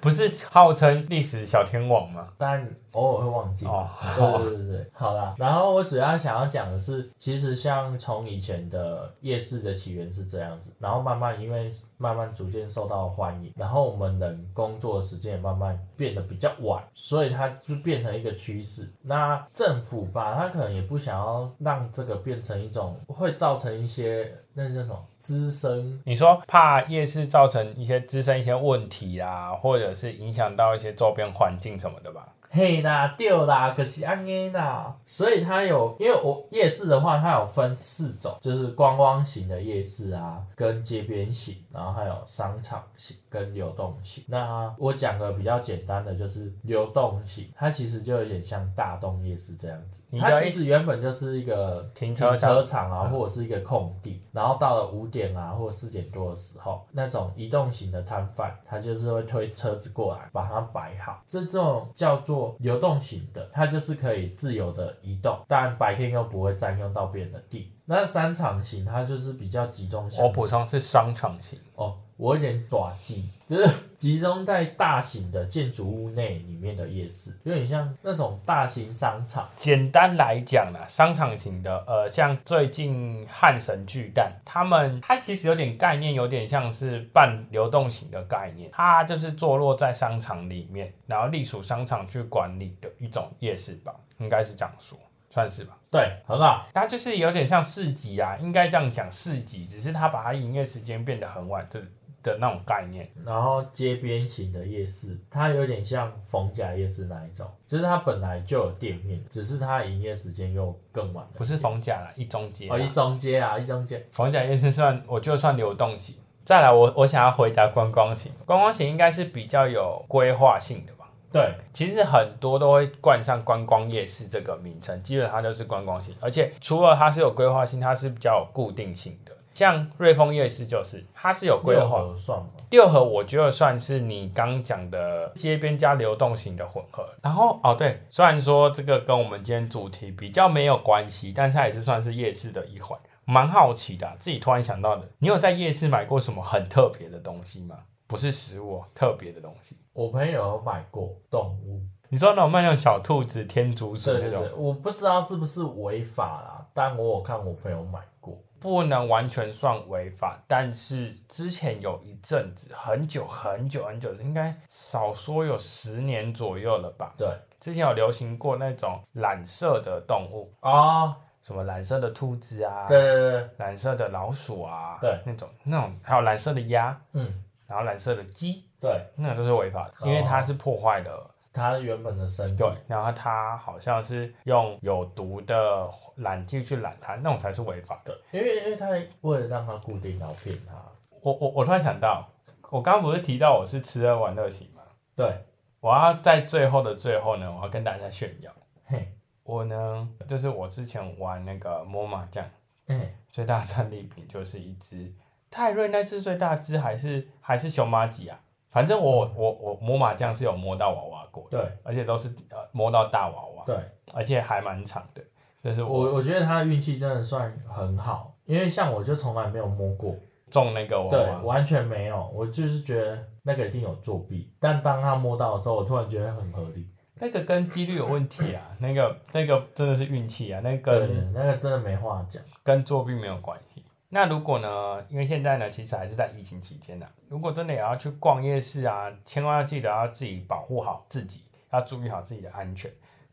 [SPEAKER 2] 不是号称历史小天王吗？
[SPEAKER 1] 但偶尔会忘记。
[SPEAKER 2] 哦，
[SPEAKER 1] 对对对对，好啦。然后我主要想要讲的是，其实像从以前的夜市的起源是这样子，然后慢慢因为慢慢逐渐受到欢迎，然后我们人工作的时间也慢慢变得比较晚，所以它就变成一个趋势。那政府吧，他可能也不想要让这个变成一种会造成一些那叫什么滋生
[SPEAKER 2] 你说怕夜市造成一些滋生一些问题啊，或者是影响到一些周边环境什么的吧？
[SPEAKER 1] 嘿啦，丢啦，可是安尼啦。所以它有，因为我夜市的话，它有分四种，就是观光型的夜市啊，跟街边型，然后还有商场型跟流动型。那我讲个比较简单的，就是流动型，它其实就有点像大东夜市这样子
[SPEAKER 2] 你，
[SPEAKER 1] 它
[SPEAKER 2] 的
[SPEAKER 1] 其
[SPEAKER 2] 意
[SPEAKER 1] 实原本就是一个
[SPEAKER 2] 停车
[SPEAKER 1] 车场
[SPEAKER 2] 场
[SPEAKER 1] 啊，或者是一个空地，然后到了五点啊或四点多的时候，那种移动型的摊贩，他就是会推车子过来，把它摆好。这这种叫做流动型的，它就是可以自由的移动，但白天又不会占用到别人的地。那商场型它就是比较集中性
[SPEAKER 2] 我补充是商场型，
[SPEAKER 1] 哦，我有点短记，就是 集中在大型的建筑物内里面的夜市，有点像那种大型商场。
[SPEAKER 2] 简单来讲啦，商场型的，呃，像最近汉神巨蛋，他们它其实有点概念，有点像是半流动型的概念，它就是坐落在商场里面，然后隶属商场去管理的一种夜市吧，应该是这样说，算是吧。
[SPEAKER 1] 对，很好，
[SPEAKER 2] 它就是有点像市集啊，应该这样讲市集，只是它把它营业时间变得很晚的的那种概念。
[SPEAKER 1] 然后街边型的夜市，它有点像逢甲夜市那一种，就是它本来就有店面，只是它营业时间又更晚了。
[SPEAKER 2] 不是逢甲啦，一中街啦。
[SPEAKER 1] 哦，一中街啊，一中街，
[SPEAKER 2] 逢甲夜市算，我就算流动型。再来我，我想要回答观光型，观光型应该是比较有规划性的吧。
[SPEAKER 1] 对，
[SPEAKER 2] 其实很多都会冠上观光夜市这个名称，基本上就是观光型，而且除了它是有规划性，它是比较有固定性的。像瑞丰夜市就是，它是有规
[SPEAKER 1] 六
[SPEAKER 2] 划，
[SPEAKER 1] 合算嘛，
[SPEAKER 2] 六合我觉得算是你刚讲的街边加流动型的混合。然后哦对，虽然说这个跟我们今天主题比较没有关系，但是它也是算是夜市的一环。蛮好奇的啊、自己突然想到的，你有在夜市买过什么很特别的东西吗？不是食物哦，特别的东西。
[SPEAKER 1] 我朋友有买过动物，
[SPEAKER 2] 你说那种卖那种小兔子、天竺鼠
[SPEAKER 1] 对
[SPEAKER 2] 那
[SPEAKER 1] 对
[SPEAKER 2] 种，
[SPEAKER 1] 对，我不知道是不是违法啦，但我有看我朋友买过，
[SPEAKER 2] 不能完全算违法，但是之前有一阵子，很久很久很久，应该少说有十年左右了吧，
[SPEAKER 1] 对，
[SPEAKER 2] 之前有流行过那种染色的动物，
[SPEAKER 1] 哦，
[SPEAKER 2] 什么染色的兔子啊，
[SPEAKER 1] 对对对，
[SPEAKER 2] 染色的老鼠啊，
[SPEAKER 1] 对，
[SPEAKER 2] 那种那种，还有染色的鸭，
[SPEAKER 1] 嗯，
[SPEAKER 2] 然后染色的鸡，
[SPEAKER 1] 对，
[SPEAKER 2] 那种都是违法的，
[SPEAKER 1] 哦
[SPEAKER 2] 因为它是破坏了，
[SPEAKER 1] 它原本的身体
[SPEAKER 2] 对，，然后它好像是用有毒的染剂去染它，那种才是违法的。
[SPEAKER 1] 对，因为因为它为了让它固定，啊然后骗它，
[SPEAKER 2] 我我我突然想到，我刚刚不是提到我是吃喝玩乐型吗？
[SPEAKER 1] 对，
[SPEAKER 2] 我要在最后的最后呢，我要跟大家炫耀，
[SPEAKER 1] 嘿，
[SPEAKER 2] 我呢就是我之前玩那个摸麻将。
[SPEAKER 1] 嘿，
[SPEAKER 2] 最大的战利品就是一只泰瑞，那只最大只还是还是熊麻吉啊？反正我
[SPEAKER 1] 嗯
[SPEAKER 2] 我我摸麻将是有摸到娃娃过的，
[SPEAKER 1] 对
[SPEAKER 2] 而且都是呃摸到大娃娃，
[SPEAKER 1] 对。
[SPEAKER 2] 而且还蛮长的。但是我
[SPEAKER 1] 我我觉得他的运气真的算很好，因为像我就从来没有摸过，
[SPEAKER 2] 中那个娃
[SPEAKER 1] 对，
[SPEAKER 2] 娃，
[SPEAKER 1] 完全没有，我就是觉得那个一定有作弊。但当他摸到的时候，我突然觉得很合理，
[SPEAKER 2] 那个跟几率有问题啊，那个那个真的是运气啊，那
[SPEAKER 1] 对
[SPEAKER 2] 跟，
[SPEAKER 1] 那个真的没话讲。
[SPEAKER 2] 跟作弊没有关系。那如果呢？因为现在呢，其实还是在疫情期间呢、啊如果真的也要去逛夜市啊，千万要记得要自己保护好自己，要注意好自己的安全。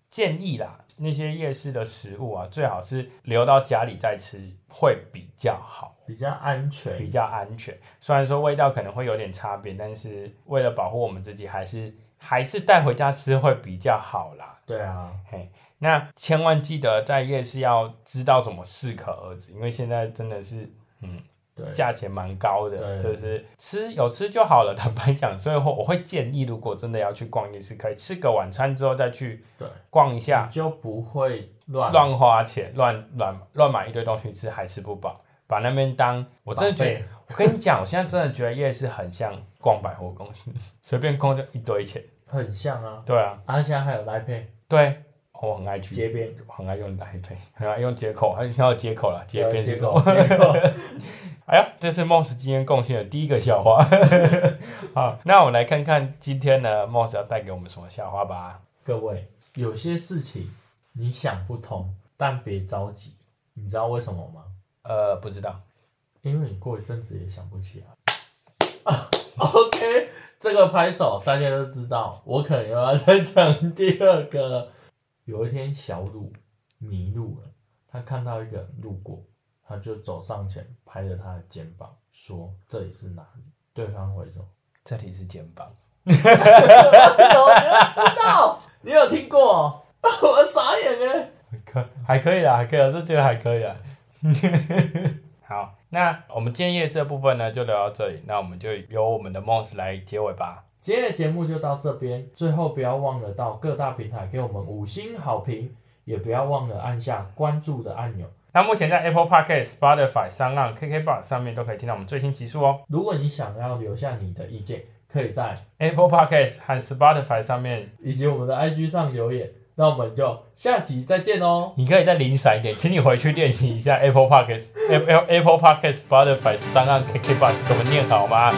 [SPEAKER 2] 建议啦，那些夜市的食物啊，最好是留到家里再吃，会比较好，
[SPEAKER 1] 比较安
[SPEAKER 2] 比
[SPEAKER 1] 全，
[SPEAKER 2] 较安全。虽然说味道可能会有点差别，但是为了保护我们自己，还是还是带回家吃会比较好啦。
[SPEAKER 1] 对啊，
[SPEAKER 2] 嘿，那千万记得在夜市要知道怎么适可而止，因为现在真的是，嗯，
[SPEAKER 1] 对，
[SPEAKER 2] 价钱蛮高的，
[SPEAKER 1] 对
[SPEAKER 2] 就是吃有吃就好了。 坦白讲，所以我我会建议，如果真的要去逛夜市，可以吃个晚餐之后再去
[SPEAKER 1] 对，
[SPEAKER 2] 逛一下
[SPEAKER 1] 你，就不会乱
[SPEAKER 2] 乱花钱，乱乱乱买一堆东西吃，还吃不饱，把那边当我真的觉得
[SPEAKER 1] 浪费，
[SPEAKER 2] 我跟你讲，我现在真的觉得夜市很像逛百货公司， 随便逛就一堆钱。
[SPEAKER 1] 很像啊。
[SPEAKER 2] 对啊，
[SPEAKER 1] 啊，现在还有来配
[SPEAKER 2] 对，哦我很爱去
[SPEAKER 1] 街边，
[SPEAKER 2] 很爱用来配，很爱用接口，还想要接口啦，接边
[SPEAKER 1] 接
[SPEAKER 2] 是什
[SPEAKER 1] 口
[SPEAKER 2] 么？
[SPEAKER 1] 接 口，
[SPEAKER 2] 哎呀，这是 Moss 今天贡献的第一个笑话。 好，那我们来看看今天呢，Moss 要带给我们什么笑话吧。
[SPEAKER 1] 各位，有些事情你想不通，但别着急，你知道为什么吗？
[SPEAKER 2] 呃，不知道，
[SPEAKER 1] 因为你过一阵子也想不起来。 啊 OK，这个拍手大家都知道，我可能又要再讲第二个了。有一天，小鲁迷路了，他看到一个人路过，他就走上前拍着他的肩膀说：“这里是哪里？” 对方回说
[SPEAKER 2] 这里是肩膀。：“
[SPEAKER 1] 为什么你要知道？” 你有听过 哦？我傻眼哎！
[SPEAKER 2] 可还可以啦，还可以啦，这觉得还可以啦。 好，那我们今天夜市的部分呢，就聊到这里。那我们就由我们的 Moss 来结尾吧。
[SPEAKER 1] 今天的节目就到这边，最后不要忘了到各大平台给我们五星好评，也不要忘了按下关注的按钮。
[SPEAKER 2] 那目前在 Apple Podcast、Spotify、s o u n KK Bar 上面都可以听到我们最新集数哦。
[SPEAKER 1] 如果你想要留下你的意见，可以在
[SPEAKER 2] Apple Podcast 和 Spotify 上面，
[SPEAKER 1] 以及我们的 IG 上留言。那我们就下集再见哦，
[SPEAKER 2] 你可以再零散一点，请你回去练习一下 Apple Podcast、Apple Apple Podcast、Spotify、s o u n KK Bar 怎么念好吗？